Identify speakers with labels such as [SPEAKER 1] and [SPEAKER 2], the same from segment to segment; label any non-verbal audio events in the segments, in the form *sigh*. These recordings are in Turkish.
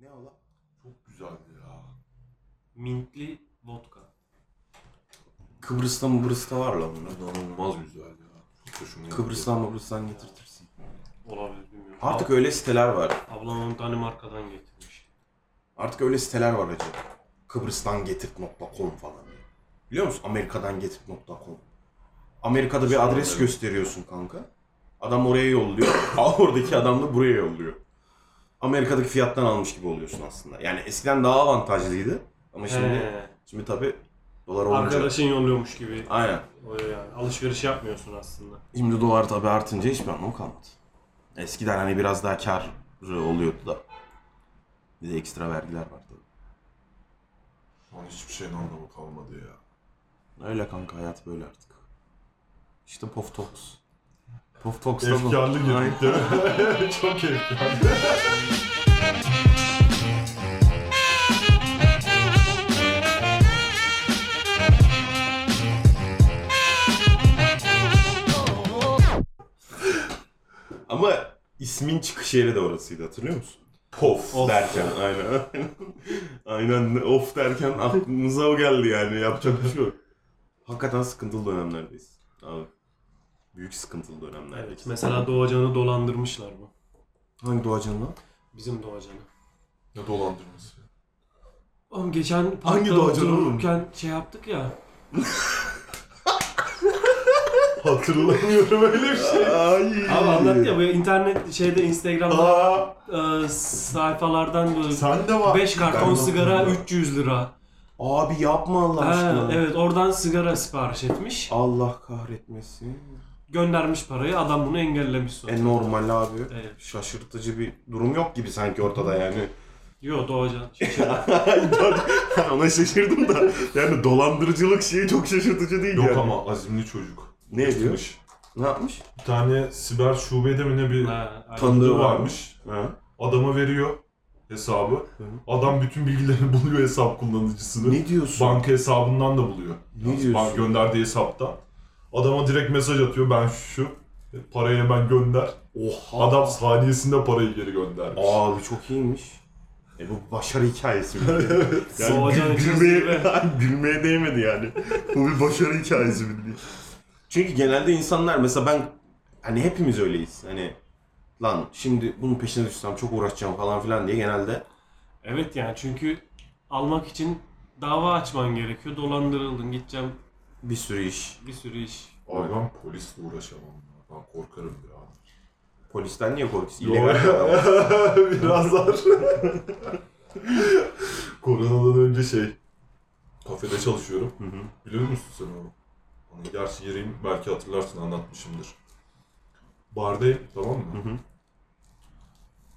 [SPEAKER 1] Ne ola?
[SPEAKER 2] Çok güzeldi ya.
[SPEAKER 3] Mintli vodka.
[SPEAKER 1] Kıbrıs'ta mı Kıbrıs'ta var lan bunlar.
[SPEAKER 2] İnanılmaz güzeldi ya. Çok hoşuma gitti.
[SPEAKER 1] Kıbrıs'tan Kıbrıs'tan getirtirsin.
[SPEAKER 3] Olabilir bilmiyorum.
[SPEAKER 1] Artık öyle siteler var.
[SPEAKER 3] Ablam onu Danimarka'dan getirmişti.
[SPEAKER 1] Artık öyle siteler var hacı. Kıbrıs'tan getirt.com falan diye. Biliyor musun? Amerika'dan getirt.com. Amerika'da bir adres
[SPEAKER 2] Sanmıyorum.
[SPEAKER 1] gösteriyorsun kanka. Adam oraya yolluyor. *laughs* Oradaki adam da buraya yolluyor. Amerika'daki fiyattan almış gibi oluyorsun aslında. Yani eskiden daha avantajlıydı. Ama şimdi
[SPEAKER 3] He.
[SPEAKER 1] şimdi tabi dolar olunca.
[SPEAKER 3] Arkadaşın yolluyormuş gibi.
[SPEAKER 1] Aynen.
[SPEAKER 3] Oluyor yani. Alışveriş yapmıyorsun aslında.
[SPEAKER 1] Şimdi dolar tabi artınca hiçbir anlamı kalmadı. Eskiden hani biraz daha kar oluyordu da. Bir de ekstra vergiler vardı.
[SPEAKER 2] Şu an hiçbir şeyin anlamı kalmadı ya.
[SPEAKER 1] Öyle kanka hayat böyle artık. İşte Puff Talks. Puff Talks'ta
[SPEAKER 2] Efkarlı
[SPEAKER 1] Aynen.
[SPEAKER 2] girdik değil mi? *laughs* Çok efkarlı.
[SPEAKER 1] Ama ismin çıkış yeri de orasıydı hatırlıyor musun? Pof
[SPEAKER 3] Of.
[SPEAKER 1] derken aynen. *laughs* aynen of derken aklımıza o geldi yani yapacak bir şey yok. Hakikaten sıkıntılı dönemlerdeyiz. Abi. Büyük sıkıntılı dönemlerdeyiz.
[SPEAKER 3] Evet. Mesela Doğacan'ı dolandırmışlar bu.
[SPEAKER 1] Hangi doğacan lan?
[SPEAKER 3] Bizim Doğacan'ı.
[SPEAKER 2] Ne dolandırması ya.
[SPEAKER 3] Oğlum geçen
[SPEAKER 1] Hangi
[SPEAKER 3] parkta
[SPEAKER 1] Doğacan oğlum?
[SPEAKER 3] otururken şey yaptık ya.
[SPEAKER 2] Hatırlamıyorum öyle bir şey.
[SPEAKER 1] Ay.
[SPEAKER 3] Abi anlat ya böyle internet şeyde Instagram'da
[SPEAKER 2] Aa,
[SPEAKER 3] e, sayfalardan böyle
[SPEAKER 2] sen de var.
[SPEAKER 3] 5 karton
[SPEAKER 2] Ben
[SPEAKER 3] sigara
[SPEAKER 2] hatırlıyorum.
[SPEAKER 3] 300 lira.
[SPEAKER 1] Abi yapma Allah
[SPEAKER 3] Ha,
[SPEAKER 1] aşkına.
[SPEAKER 3] evet oradan sigara sipariş etmiş.
[SPEAKER 1] Allah kahretmesin.
[SPEAKER 3] Göndermiş parayı adam bunu engellemiş sonra.
[SPEAKER 1] E normal abi.
[SPEAKER 3] Evet.
[SPEAKER 1] Şaşırtıcı bir durum yok gibi sanki ortada yani.
[SPEAKER 3] Yo Doğacan. Şey,
[SPEAKER 1] *laughs* Ona şaşırdım da yani dolandırıcılık şeyi çok şaşırtıcı değil
[SPEAKER 2] Yok
[SPEAKER 1] yani.
[SPEAKER 2] ama azimli çocuk.
[SPEAKER 1] Ne ediyor? Ne yapmış?
[SPEAKER 2] Bir tane siber şubede mi ne bir
[SPEAKER 3] Ha, aynen.
[SPEAKER 1] Tanıdığı
[SPEAKER 2] tanıdığı
[SPEAKER 1] var.
[SPEAKER 2] varmış.
[SPEAKER 1] Ha.
[SPEAKER 2] Adama veriyor hesabı.
[SPEAKER 1] Hı.
[SPEAKER 2] Adam bütün bilgilerini *laughs* buluyor hesap kullanıcısını.
[SPEAKER 1] Ne diyorsun?
[SPEAKER 2] Banka hesabından da buluyor.
[SPEAKER 1] Ne
[SPEAKER 2] Yalnız
[SPEAKER 1] diyorsun?
[SPEAKER 2] Bank gönderdiği hesaptan. Adama direkt mesaj atıyor ben şu parayı hemen gönder.
[SPEAKER 1] Oha.
[SPEAKER 2] Adam saniyesinde parayı geri göndermiş.
[SPEAKER 1] Abi çok iyiymiş. E bu başarı hikayesi.
[SPEAKER 2] *laughs*
[SPEAKER 1] mi? yani
[SPEAKER 3] Soğucan
[SPEAKER 1] gül-
[SPEAKER 3] için
[SPEAKER 1] gülmeye,
[SPEAKER 3] zirve.
[SPEAKER 1] *laughs* gülmeye değmedi yani. bu bir başarı hikayesi mi diye. Çünkü genelde insanlar mesela ben hani hepimiz öyleyiz. Hani lan şimdi bunun peşine düşsem çok uğraşacağım falan filan diye genelde
[SPEAKER 3] Evet yani çünkü almak için dava açman gerekiyor. Dolandırıldın gideceğim
[SPEAKER 1] bir sürü iş.
[SPEAKER 3] bir sürü iş.
[SPEAKER 2] Abi ben polisle uğraşamam. ya. Ben korkarım
[SPEAKER 1] *laughs*
[SPEAKER 2] ya.
[SPEAKER 1] Polisten niye korkuyorsun? İllegal bir adam.
[SPEAKER 2] *laughs* Biraz zar.
[SPEAKER 1] *laughs*
[SPEAKER 2] Koronadan önce şey, kafede çalışıyorum.
[SPEAKER 1] Hı hı.
[SPEAKER 2] Biliyor musun sen onu? Hani gerçi yereyim belki hatırlarsın anlatmışımdır. Bardayım tamam mı?
[SPEAKER 1] *laughs* Hı hı.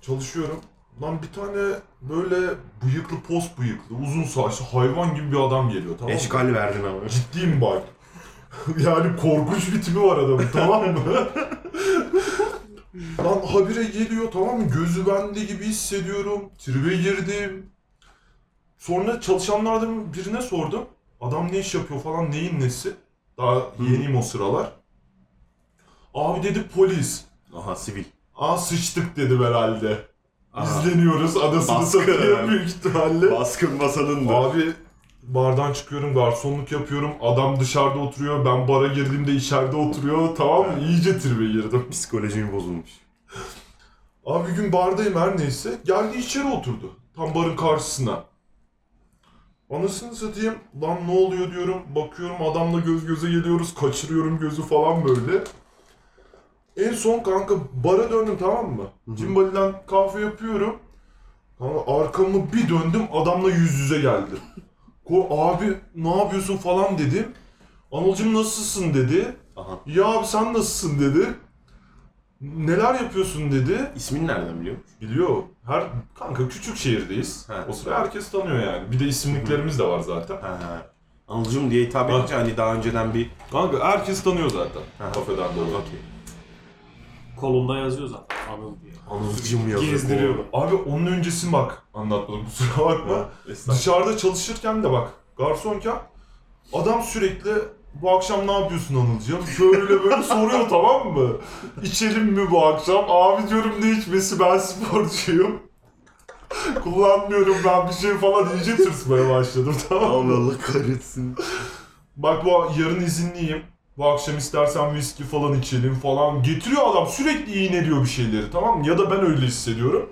[SPEAKER 2] Çalışıyorum. Lan bir tane böyle bıyıklı post bıyıklı uzun saçlı hayvan gibi bir adam geliyor tamam mı?
[SPEAKER 1] Eşkal verdin ama.
[SPEAKER 2] Ciddiyim bak. *laughs* yani korkunç bir tipi var adamın tamam mı? *laughs* Lan habire geliyor tamam mı? Gözü bende gibi hissediyorum. Tribe girdim. Sonra çalışanlardan birine sordum. Adam ne iş yapıyor falan neyin nesi? Daha yeniyim o sıralar. Abi dedi polis.
[SPEAKER 1] Aha sivil.
[SPEAKER 2] Aa sıçtık dedi herhalde.
[SPEAKER 1] Aha.
[SPEAKER 2] İzleniyoruz adasını
[SPEAKER 1] Baskı.
[SPEAKER 2] satıyor büyük ihtimalle.
[SPEAKER 1] Baskın masanındı.
[SPEAKER 2] Abi bardan çıkıyorum, garsonluk yapıyorum. Adam dışarıda oturuyor, ben bara girdiğimde içeride oturuyor. Tamam mı? İyice tribe girdim.
[SPEAKER 1] Psikolojim bozulmuş.
[SPEAKER 2] Abi bir gün bardayım her neyse. Geldi içeri oturdu. Tam barın karşısına. Anasını satayım. Lan ne oluyor diyorum. Bakıyorum adamla göz göze geliyoruz. Kaçırıyorum gözü falan böyle. En son kanka bara döndüm tamam
[SPEAKER 1] hı.
[SPEAKER 2] mı? Cimbaliden kahve yapıyorum. Kanka arkamı bir döndüm adamla yüz yüze geldim.
[SPEAKER 1] *laughs*
[SPEAKER 2] Ko abi ne yapıyorsun falan dedim. Anılcım nasılsın dedi.
[SPEAKER 1] Aha.
[SPEAKER 2] Ya abi sen nasılsın dedi. Neler yapıyorsun dedi.
[SPEAKER 1] İsmin nereden biliyor musun?
[SPEAKER 2] Biliyor. Her kanka küçük şehirdeyiz.
[SPEAKER 1] He.
[SPEAKER 2] O sıra herkes tanıyor yani. Bir de isimliklerimiz de var zaten.
[SPEAKER 1] Ha. Anılcım diye hitap edince hani daha önceden bir...
[SPEAKER 2] Kanka herkes tanıyor zaten.
[SPEAKER 1] He.
[SPEAKER 2] Kafeden dolayı.
[SPEAKER 3] Kolumda yazıyor zaten Anıl diye.
[SPEAKER 1] Anılcım
[SPEAKER 3] Gezdiriyor.
[SPEAKER 2] Abi onun öncesi bak anlatmadım kusura bakma.
[SPEAKER 1] Estağfurullah.
[SPEAKER 2] Dışarıda çalışırken de bak garsonken adam sürekli bu akşam ne yapıyorsun Anılcığım? Şöyle böyle soruyor *laughs* tamam mı? İçelim mi bu akşam? Abi diyorum ne içmesi ben sporcuyum. *laughs* Kullanmıyorum ben bir şey falan iyice tırsmaya başladım tamam
[SPEAKER 1] Abi
[SPEAKER 2] mı?
[SPEAKER 1] Allah kahretsin.
[SPEAKER 2] Bak bu yarın izinliyim. Bu akşam istersen viski falan içelim falan. Getiriyor adam sürekli iğneliyor bir şeyleri tamam mı? Ya da ben öyle hissediyorum.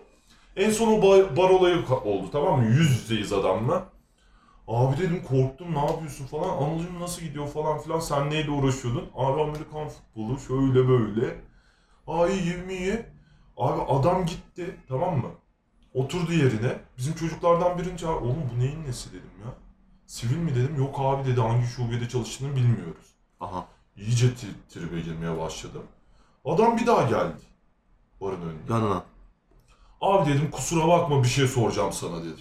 [SPEAKER 2] En son o bar, bar olayı ka- oldu tamam mı? Yüz yüzeyiz adamla. Abi dedim korktum ne yapıyorsun falan. Anılcım nasıl gidiyor falan filan. Sen neyle uğraşıyordun? Abi Amerikan futbolu şöyle böyle. Ay 20 iyi. Abi adam gitti tamam mı? Oturdu yerine. Bizim çocuklardan birinci çağır. Oğlum bu neyin nesi dedim ya. Sivil mi dedim. Yok abi dedi hangi şubede çalıştığını bilmiyoruz.
[SPEAKER 1] Aha.
[SPEAKER 2] İyice tri- tribe girmeye başladım. Adam bir daha geldi. Barın önüne.
[SPEAKER 1] Yanına.
[SPEAKER 2] Abi dedim kusura bakma bir şey soracağım sana dedim.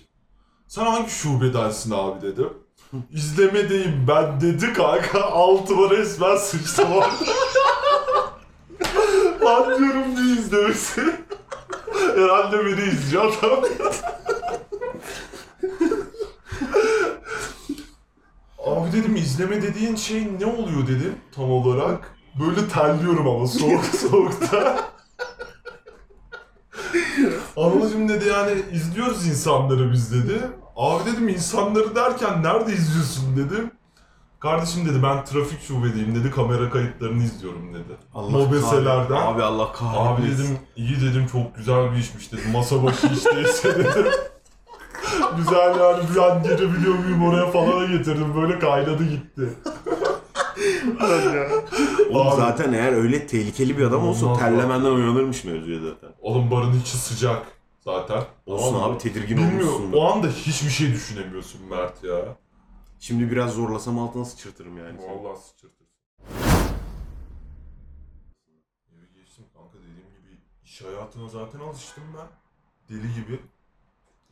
[SPEAKER 2] Sen hangi şubedensin abi dedim. İzlemedeyim ben dedi kanka. *laughs* Altıma resmen sıçtım orada. Lan diyorum ne izlemesi. Herhalde beni izliyor adam. Abi dedim izleme dediğin şey ne oluyor dedim tam olarak. Böyle terliyorum ama soğuk *laughs* soğukta. Anlacım dedi yani izliyoruz insanları biz dedi. Abi dedim insanları derken nerede izliyorsun dedim. Kardeşim dedi ben trafik şubedeyim dedi kamera kayıtlarını izliyorum dedi.
[SPEAKER 1] kahretsin.
[SPEAKER 2] Mobeselerden.
[SPEAKER 1] Abi Allah
[SPEAKER 2] Abi
[SPEAKER 1] kahretsin.
[SPEAKER 2] dedim iyi dedim çok güzel bir işmiş dedim. Masa başı iş değilse dedim. *laughs* güzel yani bir an gelebiliyor muyum oraya falan getirdim. Böyle kaynadı gitti.
[SPEAKER 1] Oğlum
[SPEAKER 2] Abi.
[SPEAKER 1] zaten eğer öyle tehlikeli bir adam olsa
[SPEAKER 2] Olmaz
[SPEAKER 1] terlemenden uyanırmış mevzuya zaten.
[SPEAKER 2] Oğlum barın içi sıcak zaten.
[SPEAKER 1] Olsun
[SPEAKER 2] Tamam mı?
[SPEAKER 1] abi tedirgin
[SPEAKER 2] Bilmiyorum.
[SPEAKER 1] olmuşsun.
[SPEAKER 2] O anda hiçbir şey düşünemiyorsun Mert ya.
[SPEAKER 1] Şimdi biraz zorlasam altına sıçırtırım yani. seni.
[SPEAKER 2] Vallahi sıçırtır. Eve geçtim kanka dediğim gibi iş hayatına zaten alıştım ben. Deli gibi.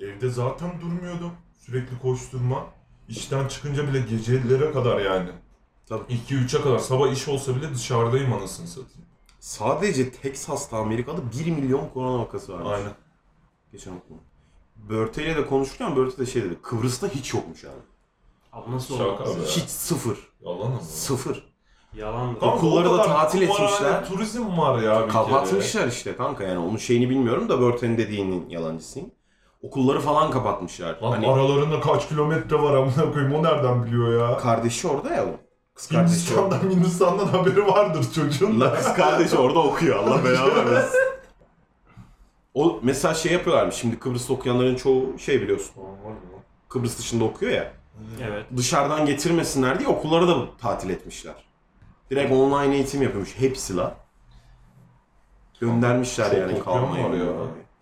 [SPEAKER 2] Evde zaten durmuyordum. Sürekli koşturma. İşten çıkınca bile gecelere kadar yani.
[SPEAKER 1] Tabii.
[SPEAKER 2] 2-3'e kadar. Sabah iş olsa bile dışarıdayım anasını satayım.
[SPEAKER 1] Sadece Texas'ta Amerika'da 1 milyon korona vakası varmış.
[SPEAKER 2] Aynen.
[SPEAKER 1] Geçen okudum. Börte ile de konuşurken Börte de şey dedi. Kıbrıs'ta hiç yokmuş abi.
[SPEAKER 3] Abi nasıl
[SPEAKER 2] Şaka
[SPEAKER 3] olmaz?
[SPEAKER 2] be.
[SPEAKER 3] ya?
[SPEAKER 1] Hiç sıfır.
[SPEAKER 2] Yalan ama.
[SPEAKER 1] Sıfır.
[SPEAKER 3] Yalandır.
[SPEAKER 1] Tamam. Okulları da
[SPEAKER 2] o kadar
[SPEAKER 1] tatil
[SPEAKER 2] kumarhane,
[SPEAKER 1] etmişler.
[SPEAKER 2] Turizm var ya bir kere.
[SPEAKER 1] Kapatmışlar işte kanka yani onun şeyini bilmiyorum da Börte'nin dediğinin yalancısıyım. Okulları falan kapatmışlar.
[SPEAKER 2] Lan
[SPEAKER 1] hani
[SPEAKER 2] aralarında kaç kilometre var amına koyayım o nereden biliyor ya?
[SPEAKER 1] kardeşi orada ya o. Kız kardeşi orada.
[SPEAKER 2] Hindistan'dan Hindistan'dan haberi vardır çocuğun.
[SPEAKER 1] La kız kardeşi orada okuyor. Allah beraber versin. O mesela şey yapıyorlarmış. Şimdi Kıbrıs'ta okuyanların çoğu şey biliyorsun. Kıbrıs dışında okuyor ya.
[SPEAKER 3] Evet.
[SPEAKER 1] Dışarıdan getirmesinler diye okulları da tatil etmişler. Direkt online eğitim yapıyormuş hepsi la. Göndermişler
[SPEAKER 2] Çok
[SPEAKER 1] yani
[SPEAKER 2] okuyan
[SPEAKER 1] kalmaya.
[SPEAKER 2] var ya.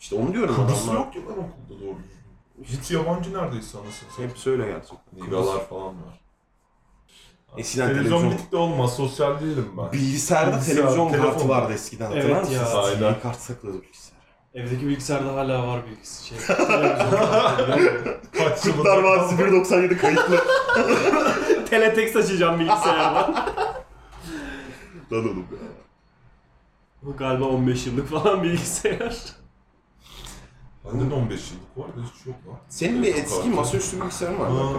[SPEAKER 1] İşte onu diyorum
[SPEAKER 2] Kıbrıs
[SPEAKER 1] adamlar.
[SPEAKER 2] yok ki lan okulda doğru düzgün. Hiç yabancı neredeyse anasını satayım.
[SPEAKER 1] Hepsi öyle gerçekten.
[SPEAKER 2] Nigalar falan var.
[SPEAKER 1] Eskiden
[SPEAKER 2] televizyon,
[SPEAKER 1] televizyon-
[SPEAKER 2] bitik de olmaz. Sosyal değilim ben.
[SPEAKER 1] Bilgisayarda
[SPEAKER 2] Bilgisayar,
[SPEAKER 1] televizyon kartı
[SPEAKER 2] telefon.
[SPEAKER 1] vardı eskiden
[SPEAKER 3] Evet
[SPEAKER 1] hatırlar
[SPEAKER 3] ya,
[SPEAKER 1] mısınız?
[SPEAKER 2] aynen.
[SPEAKER 1] TV kart sakladı bilgisayar.
[SPEAKER 3] Evdeki bilgisayarda hala var bilgisi şey. *laughs* televizyon.
[SPEAKER 2] *laughs* Kaç yılında-
[SPEAKER 1] 197 kayıtlı.
[SPEAKER 3] Teletext açacağım bilgisayardan.
[SPEAKER 1] *laughs* Lan oğlum ya.
[SPEAKER 3] Bu galiba 15 yıllık falan bilgisayar.
[SPEAKER 2] Bende de 15 yıllık var da hiç yok lan.
[SPEAKER 1] Senin bir
[SPEAKER 2] Televizyon
[SPEAKER 1] eski
[SPEAKER 2] kartı.
[SPEAKER 1] masaüstü bilgisayarın var.
[SPEAKER 2] Ha,
[SPEAKER 1] mı?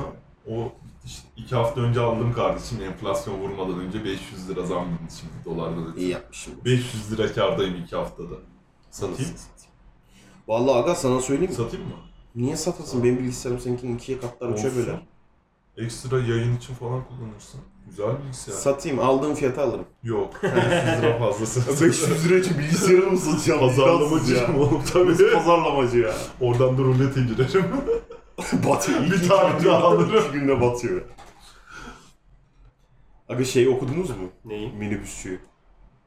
[SPEAKER 2] o işte iki hafta önce aldım kardeşim enflasyon vurmadan önce 500 lira zam yedi şimdi dolardan ötürü.
[SPEAKER 1] İyi yapmışım.
[SPEAKER 2] 500 lira kardayım iki haftada.
[SPEAKER 1] Satayım.
[SPEAKER 2] Satayım.
[SPEAKER 1] Vallahi aga sana söyleyeyim mi?
[SPEAKER 2] Satayım mı?
[SPEAKER 1] Niye satasın? Benim bilgisayarım seninkinin ikiye katlar, üçe
[SPEAKER 2] Olsun.
[SPEAKER 1] böler.
[SPEAKER 2] Ekstra yayın için falan kullanırsın. Güzel bilgisayar.
[SPEAKER 1] Satayım, aldığım fiyata alırım.
[SPEAKER 2] Yok. 500
[SPEAKER 1] *laughs*
[SPEAKER 2] lira fazlası.
[SPEAKER 1] lira için bilgisayarı mı satacağım?
[SPEAKER 2] Pazarlamacıyım oğlum tabii.
[SPEAKER 1] Pazarlamacı ya.
[SPEAKER 2] Oradan da rulete girerim.
[SPEAKER 1] batıyor.
[SPEAKER 2] Bir tane daha alırım.
[SPEAKER 1] İki günde batıyor. Aga şeyi okudunuz mu?
[SPEAKER 3] Neyi?
[SPEAKER 1] *laughs* Minibüsçüyü.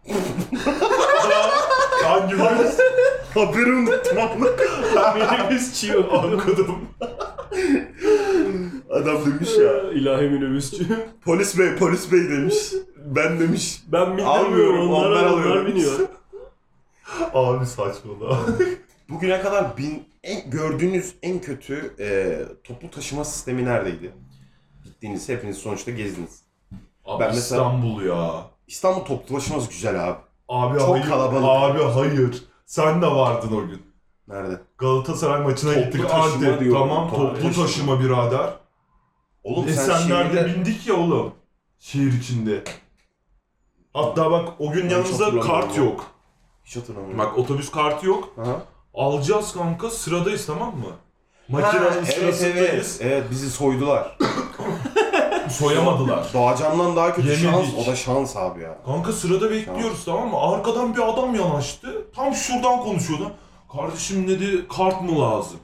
[SPEAKER 2] *laughs* Hangi virüs?
[SPEAKER 1] Haberi unuttum ama.
[SPEAKER 3] Minibüsçü yok.
[SPEAKER 2] Okudum.
[SPEAKER 1] Adam demiş ya.
[SPEAKER 3] İlahi minibüsçü.
[SPEAKER 1] Polis bey, polis bey demiş. Ben demiş.
[SPEAKER 3] Ben
[SPEAKER 1] Almıyorum,
[SPEAKER 3] bilmiyorum. Onlar,
[SPEAKER 1] onlar
[SPEAKER 3] onlar,
[SPEAKER 1] alıyorum.
[SPEAKER 3] biniyor.
[SPEAKER 2] Abi saçmalama.
[SPEAKER 1] Bugüne kadar bin, en, gördüğünüz en kötü e, toplu taşıma sistemi neredeydi? Gittiğiniz, hepiniz sonuçta gezdiniz.
[SPEAKER 2] Abi
[SPEAKER 1] Ben mesela-
[SPEAKER 2] İstanbul ya.
[SPEAKER 1] İstanbul toplu taşıması güzel abi.
[SPEAKER 2] Abi
[SPEAKER 1] Çok
[SPEAKER 2] hayır.
[SPEAKER 1] kalabalık.
[SPEAKER 2] Abi hayır. Sen de vardın o gün.
[SPEAKER 1] Nerede?
[SPEAKER 2] Galatasaray maçına
[SPEAKER 1] Toplu
[SPEAKER 2] gittik
[SPEAKER 1] taşıma
[SPEAKER 2] Antep.
[SPEAKER 1] diyorum.
[SPEAKER 2] Tamam
[SPEAKER 1] Toplu
[SPEAKER 2] toplu
[SPEAKER 1] taşıma.
[SPEAKER 2] taşıma birader.
[SPEAKER 1] Oğlum sen
[SPEAKER 2] Esenler'de
[SPEAKER 1] şehirde...
[SPEAKER 2] bindik ya oğlum. Şehir içinde. Hatta bak o gün
[SPEAKER 1] Ben çok
[SPEAKER 2] yanımızda
[SPEAKER 1] hatırlamıyorum
[SPEAKER 2] kart
[SPEAKER 1] ya.
[SPEAKER 2] yok.
[SPEAKER 1] Hiç hatırlamıyorum.
[SPEAKER 2] Bak otobüs kartı yok.
[SPEAKER 1] Aha.
[SPEAKER 2] Alacağız kanka sıradayız tamam mı?
[SPEAKER 1] Ha,
[SPEAKER 2] Makinenin
[SPEAKER 1] evet,
[SPEAKER 2] sırasındayız.
[SPEAKER 1] evet, evet bizi soydular.
[SPEAKER 2] Soyamadılar.
[SPEAKER 1] Doğacan'dan daha kötü
[SPEAKER 2] Yemedik.
[SPEAKER 1] şans. O da şans abi ya.
[SPEAKER 2] Kanka sırada bekliyoruz tamam mı? Arkadan bir adam yanaştı. Tam şuradan konuşuyordu. Kardeşim dedi kart mı lazım?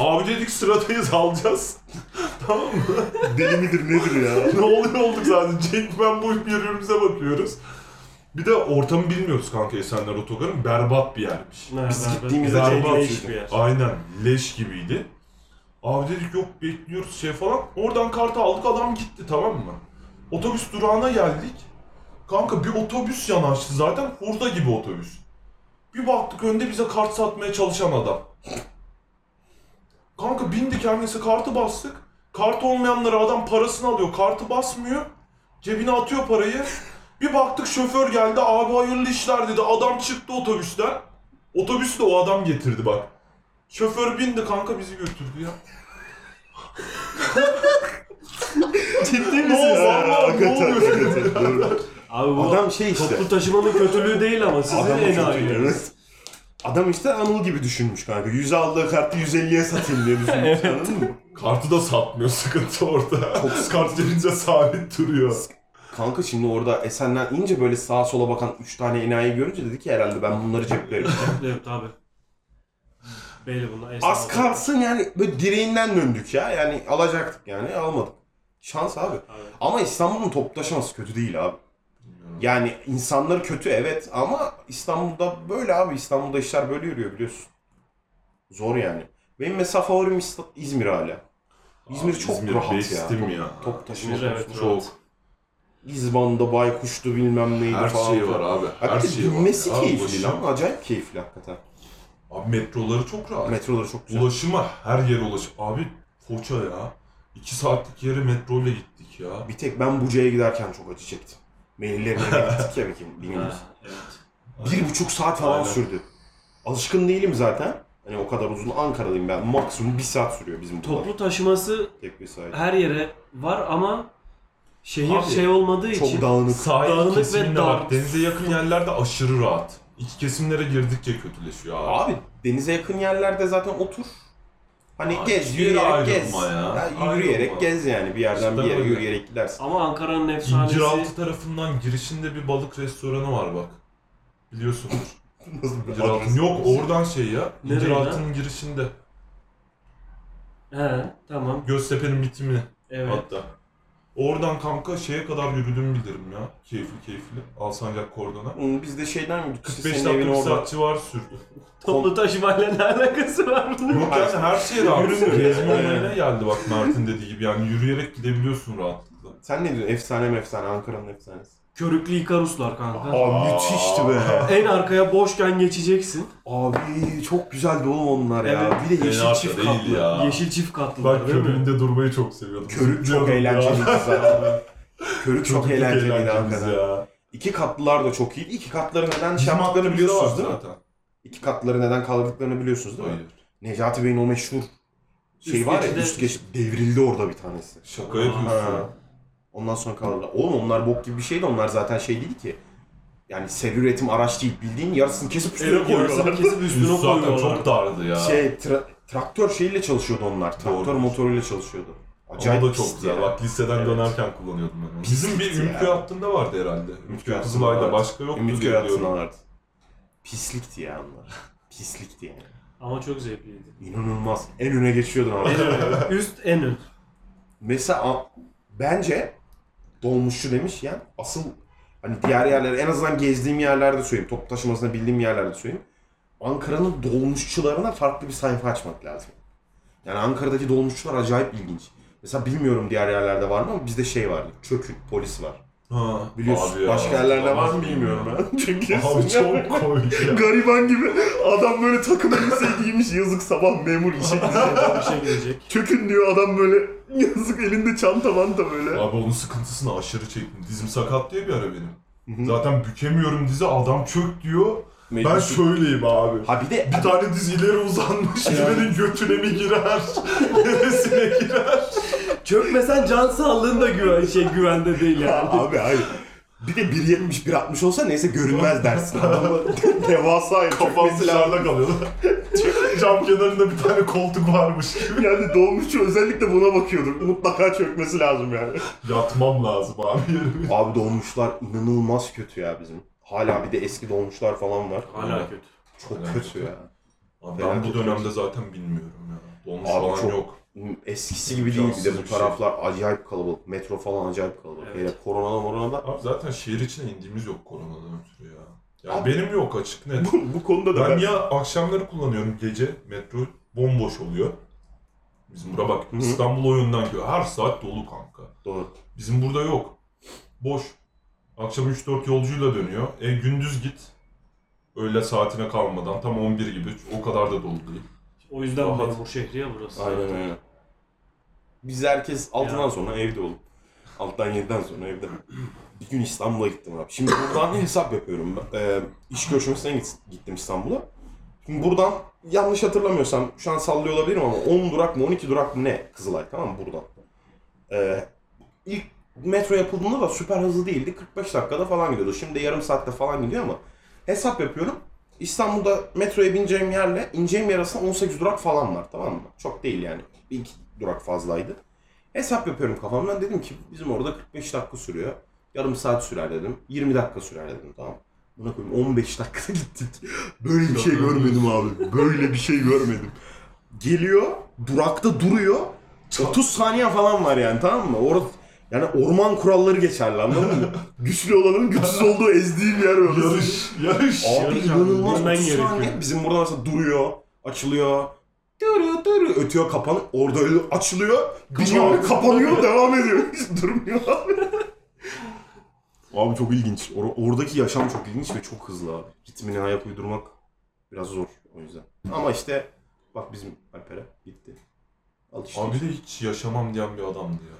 [SPEAKER 2] Abi dedik sıradayız alacağız. *laughs* tamam mı? *laughs*
[SPEAKER 1] Deli midir nedir ya?
[SPEAKER 2] ne oluyor olduk zaten. Cenk ben bu birbirimize bakıyoruz. Bir de ortamı bilmiyoruz kanka Esenler Otogar'ın. Berbat bir yermiş.
[SPEAKER 3] Ne
[SPEAKER 1] Biz
[SPEAKER 3] haber?
[SPEAKER 1] gittiğimizde şey
[SPEAKER 3] Berbat
[SPEAKER 1] Cenk'e
[SPEAKER 3] bir şey
[SPEAKER 1] geçti.
[SPEAKER 3] yer.
[SPEAKER 2] Aynen leş gibiydi. Abi dedik yok bekliyoruz şey falan. Oradan kartı aldık adam gitti tamam mı? Otobüs durağına geldik. Kanka bir otobüs yanaştı zaten hurda gibi otobüs. Bir baktık önde bize kart satmaya çalışan adam. Kanka bindi kendisi kartı bastık. Kart olmayanlara adam parasını alıyor. Kartı basmıyor. Cebine atıyor parayı. Bir baktık şoför geldi abi hayırlı işler dedi. Adam çıktı otobüsten. Otobüsü de o adam getirdi bak. Şoför bindi kanka bizi götürdü ya.
[SPEAKER 1] Ciddi
[SPEAKER 2] misin sen? Hakikaten, hakikaten,
[SPEAKER 3] Abi bu
[SPEAKER 1] Adam şey işte.
[SPEAKER 3] toplu taşımanın kötülüğü değil ama sizin
[SPEAKER 1] Adam
[SPEAKER 3] en
[SPEAKER 1] kötü, evet. Adam işte Anıl gibi düşünmüş kanka. 100 aldığı kartı 150'ye satayım diye düşünmüş. anladın mı?
[SPEAKER 2] Kartı da satmıyor sıkıntı orada. Kart gelince sabit duruyor.
[SPEAKER 1] Kanka şimdi orada Esen'den ince böyle sağa sola bakan 3 tane enayi görünce dedi ki herhalde ben bunları ceplerim. *laughs*
[SPEAKER 3] Evet abi. Belli bunlar. esnaf.
[SPEAKER 1] Az kalsın yani böyle direğinden döndük ya. Yani alacaktık yani almadık. Şans abi.
[SPEAKER 3] Abi,
[SPEAKER 1] Ama İstanbul'un toplu şansı kötü değil abi. Yani insanları kötü evet ama İstanbul'da böyle abi. İstanbul'da işler böyle yürüyor biliyorsun. Zor yani. Benim mesela favorim İsta- İzmir hala. İzmir çok rahat ya.
[SPEAKER 2] bestim ya.
[SPEAKER 1] Top taşıma
[SPEAKER 3] İzmir evet
[SPEAKER 1] konusunda.
[SPEAKER 3] rahat.
[SPEAKER 2] Çok.
[SPEAKER 1] İzban'da baykuştu bilmem neydi
[SPEAKER 2] Her
[SPEAKER 1] falan.
[SPEAKER 2] şey var abi. Her
[SPEAKER 1] Hakikaten
[SPEAKER 2] şey var.
[SPEAKER 1] binmesi
[SPEAKER 2] Abi
[SPEAKER 1] keyifli
[SPEAKER 2] ulaşım-
[SPEAKER 1] lan. Acayip keyifli hakikaten.
[SPEAKER 2] Abi metroları çok rahat.
[SPEAKER 1] Metroları çok güzel.
[SPEAKER 2] Ulaşıma her yere ulaşım. Abi Foça ya. 2 saatlik yere metroyla gittik ya.
[SPEAKER 1] Bir tek ben Buca'ya giderken çok acı çektim. Melihlerine gittik ya bir
[SPEAKER 3] ha,
[SPEAKER 1] binimiz.
[SPEAKER 3] evet.
[SPEAKER 1] Bir buçuk saat falan
[SPEAKER 2] Aynen.
[SPEAKER 1] sürdü. Alışkın değilim zaten. Hani o kadar uzun Ankara'dayım ben. Maksimum bir saat sürüyor bizim buralar.
[SPEAKER 3] Toplu taşıması
[SPEAKER 1] Tek bir saat.
[SPEAKER 3] her yere var ama şehir
[SPEAKER 2] Abi,
[SPEAKER 3] şey olmadığı için
[SPEAKER 1] Çok dağınık.
[SPEAKER 2] Sahil
[SPEAKER 3] Dağınık ve
[SPEAKER 2] kesiminde
[SPEAKER 3] dar.
[SPEAKER 2] bak denize yakın yerlerde aşırı rahat. İç kesimlere girdikçe kötüleşiyor abi.
[SPEAKER 1] Abi denize yakın yerlerde zaten otur. Hani
[SPEAKER 2] Abi
[SPEAKER 1] gez,
[SPEAKER 2] hiçbir yere
[SPEAKER 1] yürüyerek
[SPEAKER 2] ayrılma
[SPEAKER 1] gez.
[SPEAKER 2] ya.
[SPEAKER 1] Ya
[SPEAKER 2] Ayrılma.
[SPEAKER 1] yürüyerek gez yani bir yerden
[SPEAKER 2] İşte
[SPEAKER 1] bir yere
[SPEAKER 2] öyle.
[SPEAKER 1] yürüyerek
[SPEAKER 2] *laughs*
[SPEAKER 1] gidersin.
[SPEAKER 3] ama Ankara'nın efsanesi
[SPEAKER 2] İnciraltı tarafından girişinde bir balık restoranı var bak. Biliyorsunuz. İnciraltı. Yok oradan şey ya.
[SPEAKER 3] Nereye
[SPEAKER 2] İnciraltı'nın girişinde.
[SPEAKER 3] He tamam
[SPEAKER 2] Göztepe'nin bitimine
[SPEAKER 3] evet.
[SPEAKER 2] hatta. Oradan kanka şeye kadar yürüdüğümü bilirim ya. Keyifli keyifli. Alsancak kordona.
[SPEAKER 1] Hı, Biz de şeyden mi?
[SPEAKER 2] 45 dakika bir saat
[SPEAKER 1] *laughs*
[SPEAKER 2] civarı sürdü.
[SPEAKER 3] Toplu taşımayla ne alakası var bunun?
[SPEAKER 2] Yok yani her şeye rağmen
[SPEAKER 1] Yürünür.
[SPEAKER 2] gezme
[SPEAKER 1] Evet.
[SPEAKER 2] olayına geldi bak Mert'in dediği gibi. Yani yürüyerek gidebiliyorsun rahatlıkla.
[SPEAKER 1] Sen ne diyorsun? Efsane mefsane Ankara'nın efsanesi.
[SPEAKER 3] Körüklü Ikaruslar kanka.
[SPEAKER 1] Abi müthişti be.
[SPEAKER 3] En arkaya boşken geçeceksin.
[SPEAKER 1] Abi çok güzeldi oğlum onlar ya.
[SPEAKER 3] Evet.
[SPEAKER 1] Bir de
[SPEAKER 2] En
[SPEAKER 1] yeşil
[SPEAKER 2] arka
[SPEAKER 1] çift
[SPEAKER 2] değil
[SPEAKER 1] katlı.
[SPEAKER 2] ya. Aa.
[SPEAKER 3] Yeşil çift katlı.
[SPEAKER 2] Bak
[SPEAKER 3] değil mi?
[SPEAKER 2] körüğünde durmayı çok seviyordum.
[SPEAKER 1] Körük çok
[SPEAKER 2] Zıplıyordum ya. *laughs*
[SPEAKER 1] eğlenceliydi *laughs* zaten. Körük
[SPEAKER 2] Çocuk
[SPEAKER 1] çok eğlenceliydi
[SPEAKER 2] eğlencemiz
[SPEAKER 1] hakikaten.
[SPEAKER 2] ya.
[SPEAKER 1] İki katlılar da çok iyiydi. İki katları neden şey
[SPEAKER 2] Bizim
[SPEAKER 1] yaptıklarını
[SPEAKER 2] hakkımızda var
[SPEAKER 1] biliyorsunuz değil mi?
[SPEAKER 2] zaten.
[SPEAKER 1] İki katları neden kaldırdıklarını biliyorsunuz değil mi?
[SPEAKER 2] Hayır.
[SPEAKER 1] Necati Bey'in o meşhur şey
[SPEAKER 3] Üst
[SPEAKER 1] var ya
[SPEAKER 3] geçide-
[SPEAKER 1] üst geçit devrildi orada bir tanesi.
[SPEAKER 2] Şaka
[SPEAKER 3] Aa.
[SPEAKER 2] yapıyorsun.
[SPEAKER 1] Ondan sonra kaldı. Oğlum onlar bok gibi bir şeydi. Onlar zaten şey değil ki. Yani seri üretim araç değil. Bildiğin yarısını kesip üstüne
[SPEAKER 3] Yarısını
[SPEAKER 1] koyuyorlar. *laughs*
[SPEAKER 3] kesip üstüne
[SPEAKER 2] Üstü zaten
[SPEAKER 3] koyuyorlar.
[SPEAKER 2] çok dardı ya.
[SPEAKER 1] Şey tra- traktör şeyiyle çalışıyordu onlar. Traktör
[SPEAKER 2] Doğru.
[SPEAKER 1] motoruyla çalışıyordu.
[SPEAKER 2] Acayip
[SPEAKER 1] Acayip
[SPEAKER 2] o da çok
[SPEAKER 1] pisti
[SPEAKER 2] güzel.
[SPEAKER 1] ya.
[SPEAKER 2] Bak liseden
[SPEAKER 1] Evet.
[SPEAKER 2] dönerken kullanıyordum ben onu.
[SPEAKER 1] Pisti
[SPEAKER 2] Bizim bir
[SPEAKER 1] ya.
[SPEAKER 2] Ümitköy hattında vardı herhalde. Ümitköy
[SPEAKER 1] hattında
[SPEAKER 2] Kızılay'da
[SPEAKER 1] vardı.
[SPEAKER 2] başka yoktu diye
[SPEAKER 1] Ümitköy
[SPEAKER 2] biliyorum.
[SPEAKER 1] atınlardı. Pislikti ya onlar. Pislikti yani.
[SPEAKER 3] Ama çok zevkliydi.
[SPEAKER 1] İnanılmaz. En öne geçiyordun abi.
[SPEAKER 3] En
[SPEAKER 1] *laughs*
[SPEAKER 3] ön. Üst en ön.
[SPEAKER 1] Mesela a- bence dolmuşçu demiş ya asıl hani diğer yerler en azından gezdiğim yerlerde söyleyeyim. Top taşımasını bildiğim yerlerde söyleyeyim. Ankara'nın dolmuşçularına farklı bir sayfa açmak lazım. Yani Ankara'daki dolmuşçular acayip ilginç. Mesela bilmiyorum diğer yerlerde var mı ama bizde şey vardı. Çökün, polis var.
[SPEAKER 2] Ha,
[SPEAKER 1] Biliyorsun.
[SPEAKER 2] abi ya.
[SPEAKER 1] Başka yerlerde var mı
[SPEAKER 2] Abi
[SPEAKER 1] bilmiyorum
[SPEAKER 2] ya.
[SPEAKER 1] ben. *laughs* Çünkü
[SPEAKER 2] Abi çok komik
[SPEAKER 1] *laughs*
[SPEAKER 2] ya.
[SPEAKER 1] gariban gibi adam böyle takım elbise giymiş yazık sabah memur işe gidecek.
[SPEAKER 3] Bir şey gelecek.
[SPEAKER 1] Çökün diyor adam böyle yazık elinde çanta manta böyle.
[SPEAKER 2] Abi onun sıkıntısını aşırı çektim. Dizim sakat diye bir ara benim.
[SPEAKER 1] Hı E, hı.
[SPEAKER 2] Zaten bükemiyorum dizi adam çök diyor. Ben
[SPEAKER 1] Mecbur-
[SPEAKER 2] şöyleyim abi.
[SPEAKER 1] Ha bir de *laughs*
[SPEAKER 2] Bir tane diz ileri uzanmış, birinin götüne mi girer, *laughs* neresine girer?
[SPEAKER 3] Çökmesen can sağlığında güven şey güvende değil yani.
[SPEAKER 1] abi hayır. Bir de 1.70 1.60 olsa neyse görünmez dersin. Adamı *laughs* devasaydı.
[SPEAKER 2] Kafam dışarıda kalıyordu. *laughs* Cam kenarında bir tane koltuk varmış gibi.
[SPEAKER 1] Yani dolmuşçu özellikle buna bakıyordur. Mutlaka çökmesi lazım yani.
[SPEAKER 2] Yatmam lazım abi.
[SPEAKER 1] *laughs* Abi dolmuşlar inanılmaz kötü ya bizim. Hala bir de eski dolmuşlar falan var.
[SPEAKER 3] Hala kötü.
[SPEAKER 1] Çok
[SPEAKER 2] Hala
[SPEAKER 1] kötü
[SPEAKER 2] kötü.
[SPEAKER 1] ya.
[SPEAKER 2] Abi ben
[SPEAKER 1] Felaket
[SPEAKER 2] bu dönemde zaten bilmiyorum ya. Dolmuş
[SPEAKER 1] Abi
[SPEAKER 2] falan
[SPEAKER 1] çok-
[SPEAKER 2] yok.
[SPEAKER 1] Eskisi gibi değil bir de
[SPEAKER 2] İmkansız
[SPEAKER 1] bu
[SPEAKER 2] bir şey.
[SPEAKER 1] taraflar acayip kalabalık. Metro falan acayip kalabalık.
[SPEAKER 3] Evet.
[SPEAKER 1] Hele koronada moronada.
[SPEAKER 2] Abi zaten şehir içine indiğimiz yok koronadan ötürü ya. Ya
[SPEAKER 1] Abi-
[SPEAKER 2] benim yok açık
[SPEAKER 1] *laughs*
[SPEAKER 2] net.
[SPEAKER 1] Bu, bu konuda da
[SPEAKER 2] Ben
[SPEAKER 1] ben...
[SPEAKER 2] ya akşamları kullanıyorum gece metro bomboş oluyor. Bizim bura bak
[SPEAKER 1] Hı hı.
[SPEAKER 2] İstanbul o yönden gö- her saat dolu kanka.
[SPEAKER 1] Doğru.
[SPEAKER 2] Bizim burada yok. Boş. Akşam 3-4 yolcuyla dönüyor. E gündüz git. Öğle saatine kalmadan tam 11 gibi o kadar da dolu değil.
[SPEAKER 3] O yüzden
[SPEAKER 2] Rahat.
[SPEAKER 3] Marmur şehri ya burası.
[SPEAKER 1] Aynen öyle. Biz herkes altıdan
[SPEAKER 3] Ya.
[SPEAKER 1] sonra evde oğlum. Alttan yediden sonra evde. Bir gün İstanbul'a gittim abi. Şimdi buradan ne hesap yapıyorum? Ben, Ee, iş görüşmesine git- gittim İstanbul'a. Şimdi buradan yanlış hatırlamıyorsam şu an sallıyor olabilirim ama 10 durak mı 12 durak mı ne Kızılay tamam mı buradan. Ee, ilk metro yapıldığında da süper hızlı değildi. 45 dakikada falan gidiyordu. Şimdi yarım saatte falan gidiyor ama hesap yapıyorum. İstanbul'da metroya bineceğim yerle ineceğim yer arasında 18 durak falan var tamam mı? Çok değil yani. Bir iki durak fazlaydı. Hesap yapıyorum kafamdan. Dedim ki bizim orada 45 dakika sürüyor. Yarım saat sürer dedim. 20 dakika sürer dedim tamam mı? Buna koyayım 15 dakikada *laughs* gittik. Böyle bir şey görmedim abi. Böyle bir şey görmedim. Geliyor, durakta duruyor. 30 saniye falan var yani tamam mı? Orada yani orman kuralları geçerli anladın mı? Güçlü olanın güçsüz olduğu ezdiği bir yer orası.
[SPEAKER 2] Yarış, yarış.
[SPEAKER 1] Abi
[SPEAKER 2] yarış.
[SPEAKER 1] inanılmaz
[SPEAKER 3] Bilmen
[SPEAKER 1] 30 saniye.
[SPEAKER 3] gerekiyor.
[SPEAKER 1] Bizim burada mesela duruyor, açılıyor. Duru duru ötüyor kapanıyor. Orada öyle açılıyor. Biniyor, kapanıyor, devam ediyor. *laughs* Hiç durmuyor abi. Abi çok ilginç. Or- oradaki yaşam çok ilginç ve çok hızlı abi. Ritmine ayak uydurmak biraz zor o yüzden. Ama işte bak bizim Alper'e gitti. Al işte.
[SPEAKER 2] Abi de hiç yaşamam diyen bir adamdı ya.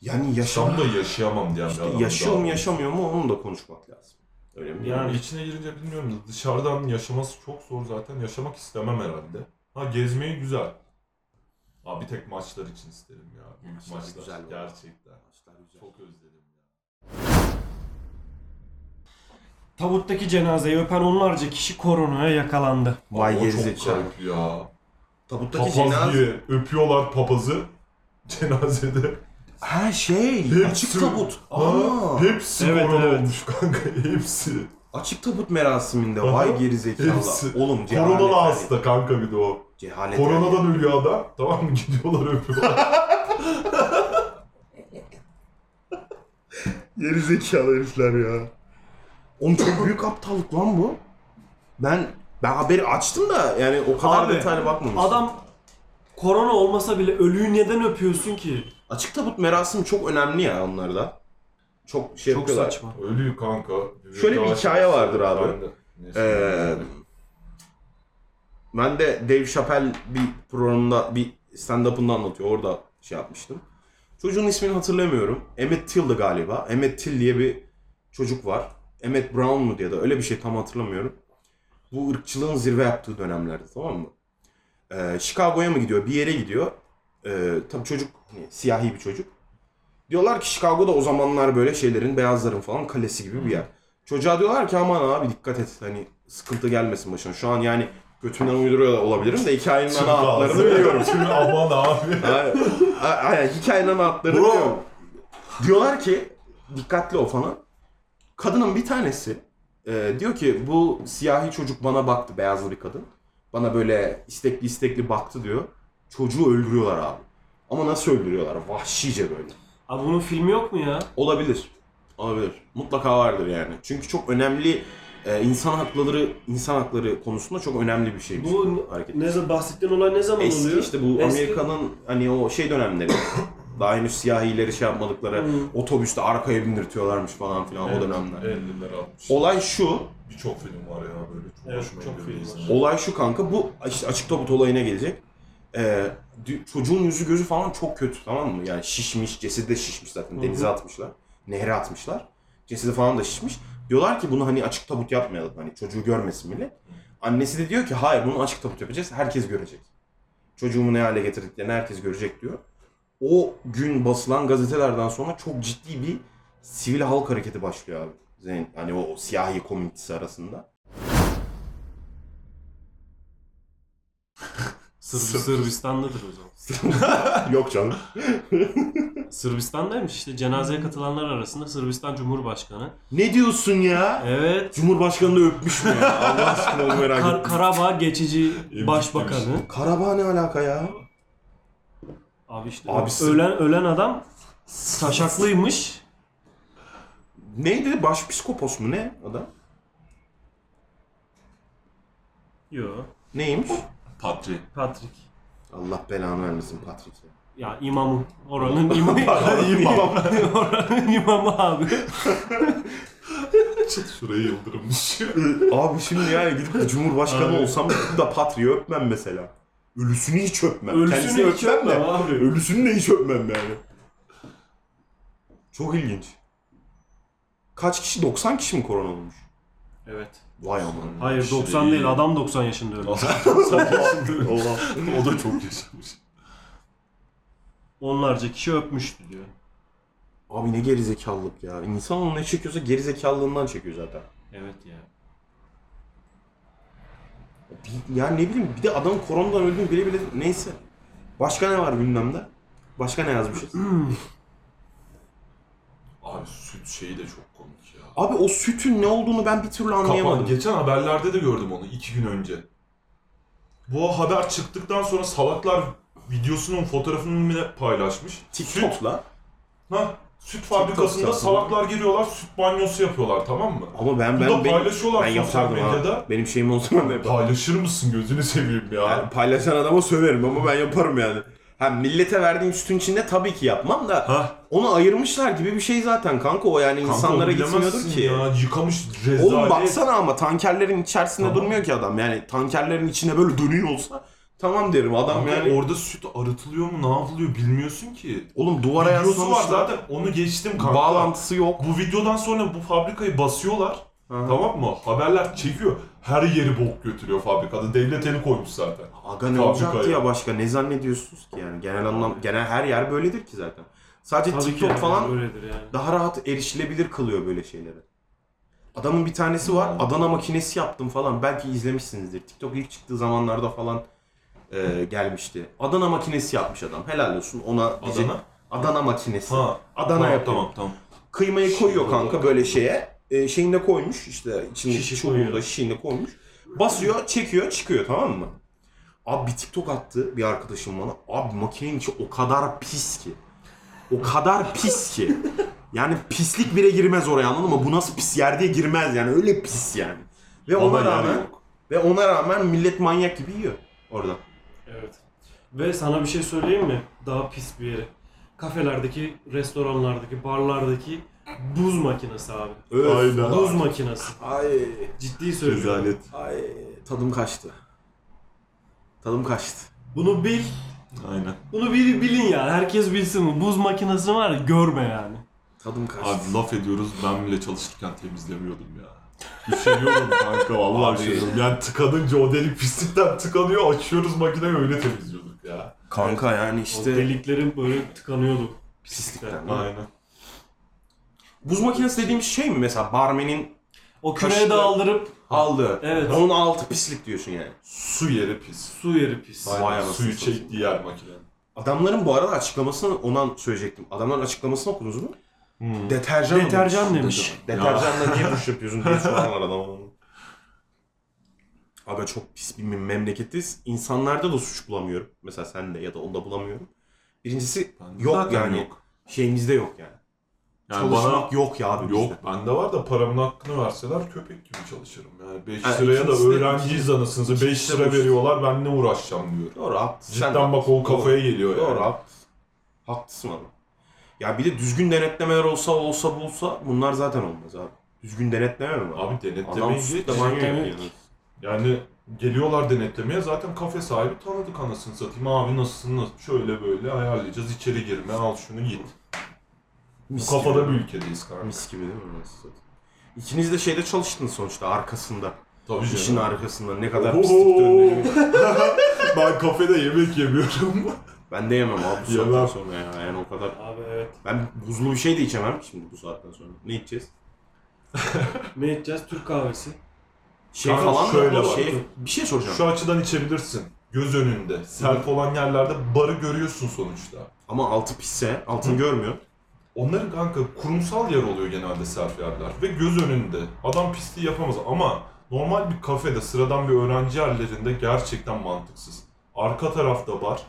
[SPEAKER 1] yani yaşam
[SPEAKER 2] Yaşamda yaşayamam diyen bir
[SPEAKER 1] işte
[SPEAKER 2] adamdı.
[SPEAKER 1] yaşıyor mu
[SPEAKER 2] abi.
[SPEAKER 1] yaşamıyor mu onu da konuşmak lazım. Öyle mi?
[SPEAKER 3] Yani-
[SPEAKER 2] Yani içine girince bilmiyorum da dışarıdan yaşaması çok zor zaten. Yaşamak istemem herhalde. Ha gezmeyi güzel. Abi bir tek maçlar için isterim ya. Büyük
[SPEAKER 1] Maçlar
[SPEAKER 2] maçlar,
[SPEAKER 1] güzel bu arada.
[SPEAKER 2] gerçekten. Çok özledim ya.
[SPEAKER 3] Tabuttaki cenazeyi öpen onlarca kişi koronaya yakalandı.
[SPEAKER 1] Vay
[SPEAKER 2] Ama Çok
[SPEAKER 1] gerizekalı.
[SPEAKER 2] garip ya.
[SPEAKER 1] Tabuttaki
[SPEAKER 2] Papaz
[SPEAKER 1] cenaze.
[SPEAKER 2] diye öpüyorlar papazı. Cenazede.
[SPEAKER 1] Ha şey,
[SPEAKER 2] Hepsi-
[SPEAKER 1] açık tabut.
[SPEAKER 2] Ha,
[SPEAKER 1] Aa,
[SPEAKER 2] hepsi
[SPEAKER 3] Evet,
[SPEAKER 2] korona
[SPEAKER 3] evet.
[SPEAKER 2] olmuş kanka. Hepsi.
[SPEAKER 1] açık tabut merasiminde
[SPEAKER 2] Aha.
[SPEAKER 1] vay gerizekalı.
[SPEAKER 2] Hepsi.
[SPEAKER 1] Oğlum cehalet.
[SPEAKER 2] Koronalı
[SPEAKER 1] yani.
[SPEAKER 2] hasta kanka bir de o.
[SPEAKER 1] Cehalet. yani.
[SPEAKER 2] Koronadan ölüyor adam. Tamam mı? *laughs* Gidiyorlar öpüyorlar.
[SPEAKER 1] Geri zekalı herifler ya. Oğlum çok büyük aptallık lan bu. Ben ben haberi açtım da yani o kadar
[SPEAKER 3] Abi,
[SPEAKER 1] detaylı bakmamıştım.
[SPEAKER 3] Adam korona olmasa bile ölüyü neden öpüyorsun ki?
[SPEAKER 1] Açık tabut merasimi çok önemli ya onlarda. Çok şey
[SPEAKER 3] Çok
[SPEAKER 1] yapıyorlar.
[SPEAKER 3] saçma.
[SPEAKER 2] Ölüyor kanka.
[SPEAKER 1] Şöyle bir hikaye vardır abi.
[SPEAKER 2] Ben de- Neyse,
[SPEAKER 1] Ee,
[SPEAKER 2] ben de-
[SPEAKER 1] ben de Dave Chappelle bir programında bir stand-up'ında anlatıyor. Orada şey yapmıştım. Çocuğun ismini hatırlamıyorum. Emmett Till'di galiba. Emmett Till diye bir çocuk var. Emmett Brown mu diye de öyle bir şey tam hatırlamıyorum. Bu ırkçılığın zirve yaptığı dönemlerde tamam mı? Ee, Chicago'ya mı gidiyor? Bir yere gidiyor. Ee, tabii çocuk hani, siyahi bir çocuk. Diyorlar ki Chicago'da o zamanlar böyle şeylerin beyazların falan kalesi gibi bir yer. Çocuğa diyorlar ki aman abi dikkat et hani sıkıntı gelmesin başına. Şu an yani götümden uyduruyor olabilirim de hikayenin
[SPEAKER 2] Tüm
[SPEAKER 1] ana hatlarını
[SPEAKER 2] bazı- *laughs*
[SPEAKER 1] biliyorum.
[SPEAKER 2] Tüm aman
[SPEAKER 1] *laughs*
[SPEAKER 2] abi.
[SPEAKER 1] Aynen. Aynen hikayenin ana hatlarını
[SPEAKER 2] Bro.
[SPEAKER 1] biliyorum. Diyorlar ki dikkatli ol falan. Kadının bir tanesi e, diyor ki bu siyahi çocuk bana baktı beyazlı bir kadın. Bana böyle istekli istekli baktı diyor. Çocuğu öldürüyorlar abi. Ama nasıl öldürüyorlar? Vahşice böyle.
[SPEAKER 3] Abi bunun filmi yok mu ya?
[SPEAKER 1] Olabilir. Olabilir. Mutlaka vardır yani. Çünkü çok önemli e, insan hakları insan hakları konusunda çok önemli bir şey.
[SPEAKER 3] Bu
[SPEAKER 1] hareket.
[SPEAKER 3] ne zaman bahsettiğin olay ne zaman
[SPEAKER 1] Eski
[SPEAKER 3] oluyor?
[SPEAKER 1] işte bu
[SPEAKER 3] Eski-
[SPEAKER 1] Amerika'nın hani o şey
[SPEAKER 3] *laughs*
[SPEAKER 1] dönemleri. daha henüz siyahileri şey yapmadıkları
[SPEAKER 3] Hmm.
[SPEAKER 1] otobüste arkaya bindirtiyorlarmış falan filan o dönemler.
[SPEAKER 2] 50'ler 60'lar.
[SPEAKER 1] Olay şu,
[SPEAKER 2] Birçok film var ya böyle. Çok
[SPEAKER 3] Evet,
[SPEAKER 2] hoşuma
[SPEAKER 3] çok
[SPEAKER 2] gidiyor
[SPEAKER 3] film var.
[SPEAKER 2] izlemek.
[SPEAKER 1] olay şu kanka bu işte açık tabut olayına gelecek. Ee, dü- çocuğun yüzü gözü falan çok kötü tamam mı? Yani şişmiş, cesedi de şişmiş zaten.
[SPEAKER 3] Hı hı.
[SPEAKER 1] Denize atmışlar, nehre atmışlar. Cesedi falan da şişmiş. Diyorlar ki bunu hani açık tabut yapmayalım hani çocuğu görmesin bile. Annesi de diyor ki hayır bunu açık tabut yapacağız, herkes görecek. Çocuğumu ne hale getirdiklerini herkes görecek diyor. O gün basılan gazetelerden sonra çok ciddi bir sivil halk hareketi başlıyor abi. Zen, hani o siyahi komünitesi arasında. *laughs*
[SPEAKER 3] Sırb- Sırbistan'dadır o zaman.
[SPEAKER 1] Yok canım.
[SPEAKER 3] Sırbistan'daymış işte cenazeye katılanlar arasında Sırbistan Cumhurbaşkanı.
[SPEAKER 1] Ne diyorsun ya?
[SPEAKER 3] Evet.
[SPEAKER 1] Cumhurbaşkanı da öpmüş mü
[SPEAKER 3] *laughs*
[SPEAKER 1] ya? Allah aşkına onu merak
[SPEAKER 3] Kar-
[SPEAKER 1] ettim.
[SPEAKER 3] Karabağ geçici başbakanı.
[SPEAKER 1] Karabağ ne alaka ya?
[SPEAKER 3] Abi işte
[SPEAKER 1] Abisi.
[SPEAKER 3] ölen ölen adam taşaklıymış.
[SPEAKER 1] Neydi? Başpiskopos mu ne adam?
[SPEAKER 3] Yo.
[SPEAKER 1] Neymiş?
[SPEAKER 2] *laughs* Patri.
[SPEAKER 3] Patrick.
[SPEAKER 1] Allah belanı vermesin Patrik. ya.
[SPEAKER 3] Ya imamı.
[SPEAKER 1] *laughs*
[SPEAKER 3] Oranın imamı.
[SPEAKER 1] İmam.
[SPEAKER 3] *laughs* Oranın imamı abi.
[SPEAKER 2] Şuraya
[SPEAKER 1] *laughs*
[SPEAKER 2] yıldırım düşüyor.
[SPEAKER 1] Abi şimdi yani gidip de Cumhurbaşkanı
[SPEAKER 3] Abi.
[SPEAKER 1] olsam gidip de Patri'yi öpmem mesela. Ölüsünü hiç öpmem. Kendisini
[SPEAKER 3] Ölüsünü hiç
[SPEAKER 1] öpmem de,
[SPEAKER 3] öpmem abi.
[SPEAKER 1] Ölüsünü de hiç öpmem yani. Çok ilginç. Kaç kişi? 90 kişi mi korona olmuş?
[SPEAKER 3] Evet.
[SPEAKER 1] Vay aman.
[SPEAKER 3] Hayır
[SPEAKER 2] İşte
[SPEAKER 3] 90
[SPEAKER 2] iyi.
[SPEAKER 3] değil adam 90 yaşında ölmüş. *laughs*
[SPEAKER 1] Allah.
[SPEAKER 2] o da çok yaşamış.
[SPEAKER 3] Onlarca kişi öpmüştü diyor.
[SPEAKER 1] Abi ne gerizekalılık ya. İnsan onu ne çekiyorsa gerizekalılığından çekiyor zaten.
[SPEAKER 3] Evet ya.
[SPEAKER 1] Bir- Yani ne bileyim bir de adam koronadan öldüğünü bile bile neyse. Başka ne var gündemde? Başka ne
[SPEAKER 2] *clears throat*
[SPEAKER 1] yazmışız?
[SPEAKER 2] Abi süt şeyi de çok komik ya.
[SPEAKER 1] Abi o sütün ne olduğunu ben bir türlü
[SPEAKER 2] Kapan,
[SPEAKER 1] anlayamadım.
[SPEAKER 2] geçen haberlerde de gördüm onu iki gün önce. Bu haber çıktıktan sonra salaklar videosunun fotoğrafını bile paylaşmış. Süt,
[SPEAKER 1] TikTok'la.
[SPEAKER 2] ha, süt fabrikasında
[SPEAKER 1] TikTok'ta.
[SPEAKER 2] salaklar giriyorlar süt banyosu yapıyorlar tamam mı?
[SPEAKER 1] Ama ben
[SPEAKER 2] Bu
[SPEAKER 1] ben
[SPEAKER 2] da
[SPEAKER 1] ben,
[SPEAKER 2] paylaşıyorlar
[SPEAKER 1] ben
[SPEAKER 2] sosyal
[SPEAKER 1] yapardım
[SPEAKER 2] medyada.
[SPEAKER 1] abi. Benim şeyim olsa ben de
[SPEAKER 2] *laughs*
[SPEAKER 1] yaparım.
[SPEAKER 2] Paylaşır mısın gözünü seveyim ya.
[SPEAKER 1] Yani paylaşan adama söverim ama ben yaparım yani. Ha millete verdiğim sütün içinde tabii ki yapmam da
[SPEAKER 2] Ha,
[SPEAKER 1] onu ayırmışlar gibi bir şey zaten kanka o yani
[SPEAKER 2] kanka
[SPEAKER 1] insanlara
[SPEAKER 2] bilemezsin
[SPEAKER 1] gitmiyordur ki.
[SPEAKER 2] Ya, yıkamış rezalet.
[SPEAKER 1] Oğlum baksana ama tankerlerin içerisinde
[SPEAKER 2] Tamam.
[SPEAKER 1] durmuyor ki adam. Yani tankerlerin içine böyle dönüyor olsa tamam derim adam
[SPEAKER 2] Kanka
[SPEAKER 1] yani.
[SPEAKER 2] orada süt arıtılıyor mu ne yapılıyor bilmiyorsun ki.
[SPEAKER 1] Oğlum duvara
[SPEAKER 2] Videosu var
[SPEAKER 1] yaslamışlar.
[SPEAKER 2] zaten onu geçtim kanka.
[SPEAKER 1] Bağlantısı yok.
[SPEAKER 2] Bu videodan sonra bu fabrikayı basıyorlar.
[SPEAKER 1] Aha.
[SPEAKER 2] Tamam mı? Haberler çekiyor. Her yeri bok götürüyor fabrikada. Devlet eli koymuş zaten.
[SPEAKER 1] Aga ne
[SPEAKER 2] Fabrika
[SPEAKER 1] olacaktı
[SPEAKER 2] ya.
[SPEAKER 1] ya başka? Ne zannediyorsunuz ki yani? Genel anlam genel her yer böyledir ki zaten. Sadece
[SPEAKER 3] Tabii
[SPEAKER 1] E, TikTok
[SPEAKER 3] ki
[SPEAKER 1] falan
[SPEAKER 3] falan öyledir yani.
[SPEAKER 1] daha rahat erişilebilir kılıyor böyle şeyleri. Adamın bir tanesi var. Adana makinesi yaptım falan. Belki izlemişsinizdir. TikTok ilk çıktığı zamanlarda falan e, gelmişti. Adana makinesi yapmış adam. Helal olsun ona. diyecek-
[SPEAKER 2] Adana?
[SPEAKER 1] Adana makinesi.
[SPEAKER 2] Ha.
[SPEAKER 1] Adana
[SPEAKER 2] Tamam,
[SPEAKER 1] yapıyor.
[SPEAKER 2] tamam tamam.
[SPEAKER 1] Kıymayı koyuyor kanka böyle şeye. E, şeyine koymuş işte içinde
[SPEAKER 3] Şişi
[SPEAKER 1] çubuğunda
[SPEAKER 3] koyuyor.
[SPEAKER 1] şişini koymuş. Basıyor, çekiyor, çıkıyor tamam mı? Abi bir TikTok attı bir arkadaşım bana. Abi makinenin içi o kadar pis ki. O kadar pis ki. Yani pislik bile girmez oraya anladın mı? Bu nasıl pis yer diye girmez yani. Öyle pis yani. Ve ona
[SPEAKER 2] Vallahi yani
[SPEAKER 1] rağmen
[SPEAKER 2] yok.
[SPEAKER 1] ve ona rağmen millet manyak gibi yiyor orada.
[SPEAKER 3] Evet. Ve sana bir şey söyleyeyim mi? Daha pis bir yere. Kafelerdeki, restoranlardaki, barlardaki buz makinesi abi.
[SPEAKER 1] Öf.
[SPEAKER 2] Aynen.
[SPEAKER 3] Buz makinesi.
[SPEAKER 1] Ay,
[SPEAKER 3] Ciddi söylüyorum.
[SPEAKER 2] Rezalet.
[SPEAKER 1] ay tadım kaçtı. Tadım kaçtı.
[SPEAKER 3] Bunu bil.
[SPEAKER 2] Aynen.
[SPEAKER 3] Bunu bil, bilin yani. Herkes bilsin bu. Buz makinesi var ya görme yani.
[SPEAKER 1] Tadım kaçtı.
[SPEAKER 2] Abi laf ediyoruz. Ben bile çalışırken temizlemiyordum ya. Üşeniyorum kanka vallahi
[SPEAKER 1] Abi.
[SPEAKER 2] üşeniyorum. Yani tıkanınca o delik pislikten tıkanıyor. Açıyoruz makineyi öyle temizliyorduk ya.
[SPEAKER 1] Kanka yani
[SPEAKER 3] O
[SPEAKER 1] işte
[SPEAKER 3] deliklerin böyle tıkanıyordu.
[SPEAKER 1] pislikten.
[SPEAKER 2] Aynen.
[SPEAKER 1] Buz makinesi dediğim şey mi mesela barmenin
[SPEAKER 3] O küreye
[SPEAKER 1] Kaşıkla-
[SPEAKER 3] daldırıp
[SPEAKER 1] aldığı?
[SPEAKER 3] Evet.
[SPEAKER 1] Onun altı pislik diyorsun yani.
[SPEAKER 2] Su yeri pis.
[SPEAKER 3] su yeri pis.
[SPEAKER 1] Vay
[SPEAKER 2] Aynen.
[SPEAKER 1] anasını
[SPEAKER 2] Suyu
[SPEAKER 1] satayım.
[SPEAKER 2] çektiği yer makinenin.
[SPEAKER 1] Adamların bu arada açıklamasını ona söyleyecektim. Adamların açıklamasını okudunuz mu?
[SPEAKER 2] Hmm.
[SPEAKER 1] Deterjan
[SPEAKER 3] Deterjan
[SPEAKER 1] mı?
[SPEAKER 3] demiş.
[SPEAKER 1] Deterjanla niye duş yapıyorsun diye
[SPEAKER 2] *laughs*
[SPEAKER 1] soranlar adama. Aga çok pis bir memleketiz. İnsanlarda da suç bulamıyorum. Mesela sen de ya da onda bulamıyorum. Birincisi
[SPEAKER 2] Ben-
[SPEAKER 1] yok
[SPEAKER 2] Zaten
[SPEAKER 1] yani.
[SPEAKER 2] yok.
[SPEAKER 1] Şeyimizde yok yani.
[SPEAKER 2] Yani bana-
[SPEAKER 1] Çalışmak yok ya abi
[SPEAKER 2] Yok
[SPEAKER 1] bizde.
[SPEAKER 2] bende var da paramın hakkını verseler köpek gibi çalışırım. Yani 5
[SPEAKER 1] Ha,
[SPEAKER 2] liraya da
[SPEAKER 1] ikincisi de-
[SPEAKER 2] öğrenciyiz anasınızı 5
[SPEAKER 1] ikincisi de
[SPEAKER 2] lira
[SPEAKER 1] bu.
[SPEAKER 2] veriyorlar ben ne uğraşacağım diyor.
[SPEAKER 1] Doğru haklısın.
[SPEAKER 2] Cidden
[SPEAKER 1] Sen-
[SPEAKER 2] bak o kafaya geliyor yani.
[SPEAKER 1] Doğru abi. Haklısın abi. Ya bir de düzgün denetlemeler olsa olsa bulsa bunlar zaten olmaz abi. Düzgün denetleme mi var?
[SPEAKER 2] Abi
[SPEAKER 1] Adam
[SPEAKER 2] denetlemeyi geç.
[SPEAKER 1] sütle banyo
[SPEAKER 3] Denetlemek.
[SPEAKER 1] yapıyor.
[SPEAKER 2] Yani geliyorlar denetlemeye zaten kafe sahibi tanıdık anasını satayım. Abi nasılsın nasıl şöyle böyle ayarlayacağız içeri girme al şunu git. Bu
[SPEAKER 1] Mis
[SPEAKER 2] kafada
[SPEAKER 1] gibi.
[SPEAKER 2] bir ülkedeyiz kanka.
[SPEAKER 1] Mis gibi değil mi? orası zaten? İkiniz de şeyde çalıştınız sonuçta arkasında.
[SPEAKER 2] Tabii
[SPEAKER 1] İşin
[SPEAKER 2] canım.
[SPEAKER 1] arkasında ne kadar
[SPEAKER 2] Oho!
[SPEAKER 1] pislik döndüğünü.
[SPEAKER 2] ben kafede yemek yemiyorum.
[SPEAKER 1] Ben de yemem abi bu saatten
[SPEAKER 2] Yemem.
[SPEAKER 1] sonra ya. Yani o kadar.
[SPEAKER 3] Abi evet.
[SPEAKER 1] Ben buzlu bir şey de içemem ki şimdi bu saatten sonra. Ne içeceğiz?
[SPEAKER 3] Ne edeceğiz? Türk kahvesi.
[SPEAKER 1] Şey
[SPEAKER 2] Kanka
[SPEAKER 1] falan
[SPEAKER 2] şöyle
[SPEAKER 1] da
[SPEAKER 2] bak.
[SPEAKER 1] şey, bir şey soracağım.
[SPEAKER 2] Şu açıdan içebilirsin. Göz önünde. Self olan yerlerde barı görüyorsun sonuçta.
[SPEAKER 1] Ama altı pisse, altını
[SPEAKER 2] Hı.
[SPEAKER 1] görmüyor.
[SPEAKER 2] Onların kanka kurumsal yer oluyor genelde self yerler. Ve göz önünde. Adam pisliği yapamaz ama normal bir kafede sıradan bir öğrenci yerlerinde gerçekten mantıksız. Arka tarafta bar.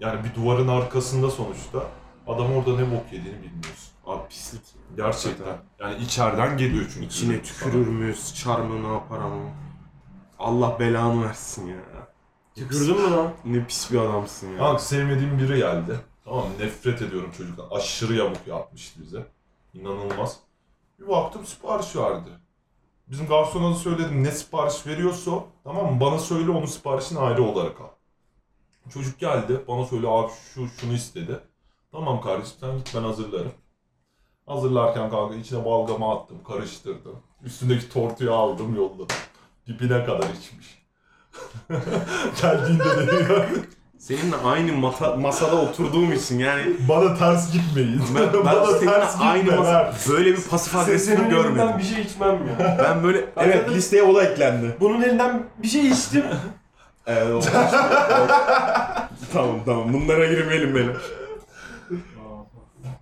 [SPEAKER 2] Yani bir duvarın arkasında sonuçta. Adam orada ne bok yediğini bilmiyorsun.
[SPEAKER 1] Abi pislik.
[SPEAKER 2] Gerçekten.
[SPEAKER 1] Hakikaten.
[SPEAKER 2] Yani içeriden geliyor çünkü.
[SPEAKER 1] İçine tükürür mü, sıçar mı, ne yapar ama. Allah belanı versin ya.
[SPEAKER 3] Tükürdün mü lan?
[SPEAKER 1] Ne pis bir adamsın ya.
[SPEAKER 2] Kanka sevmediğim biri geldi. Tamam mı? nefret ediyorum çocuktan. Aşırı yamuk yapmıştı bize. İnanılmaz. Bir baktım sipariş verdi. Bizim garsona da söyledim ne sipariş veriyorsa o, tamam mı? Bana söyle onun siparişini ayrı olarak al. Çocuk geldi bana söyle abi şu şunu istedi. Tamam kardeşim sen git ben hazırlarım. Hazırlarken kanka içine balgamı attım karıştırdım. Üstündeki tortuyu aldım yolladım. Dibine kadar içmiş. *laughs* Geldiğinde de
[SPEAKER 1] Seninle aynı mata- masada oturduğum için yani *laughs*
[SPEAKER 2] Bana ters gitmeyin.
[SPEAKER 1] ben, ben
[SPEAKER 2] *laughs* Bana
[SPEAKER 1] seninle
[SPEAKER 2] ters
[SPEAKER 1] aynı
[SPEAKER 2] gitme.
[SPEAKER 1] masa,
[SPEAKER 2] Aynı
[SPEAKER 1] böyle bir pasif agresifini
[SPEAKER 3] Senin
[SPEAKER 1] görmedim.
[SPEAKER 3] elinden bir şey içmem ya.
[SPEAKER 1] Ben böyle evet
[SPEAKER 3] de-
[SPEAKER 1] listeye o da eklendi.
[SPEAKER 3] Bunun elinden bir şey içtim.
[SPEAKER 1] Evet o. *laughs* tamam tamam bunlara girmeyelim benim.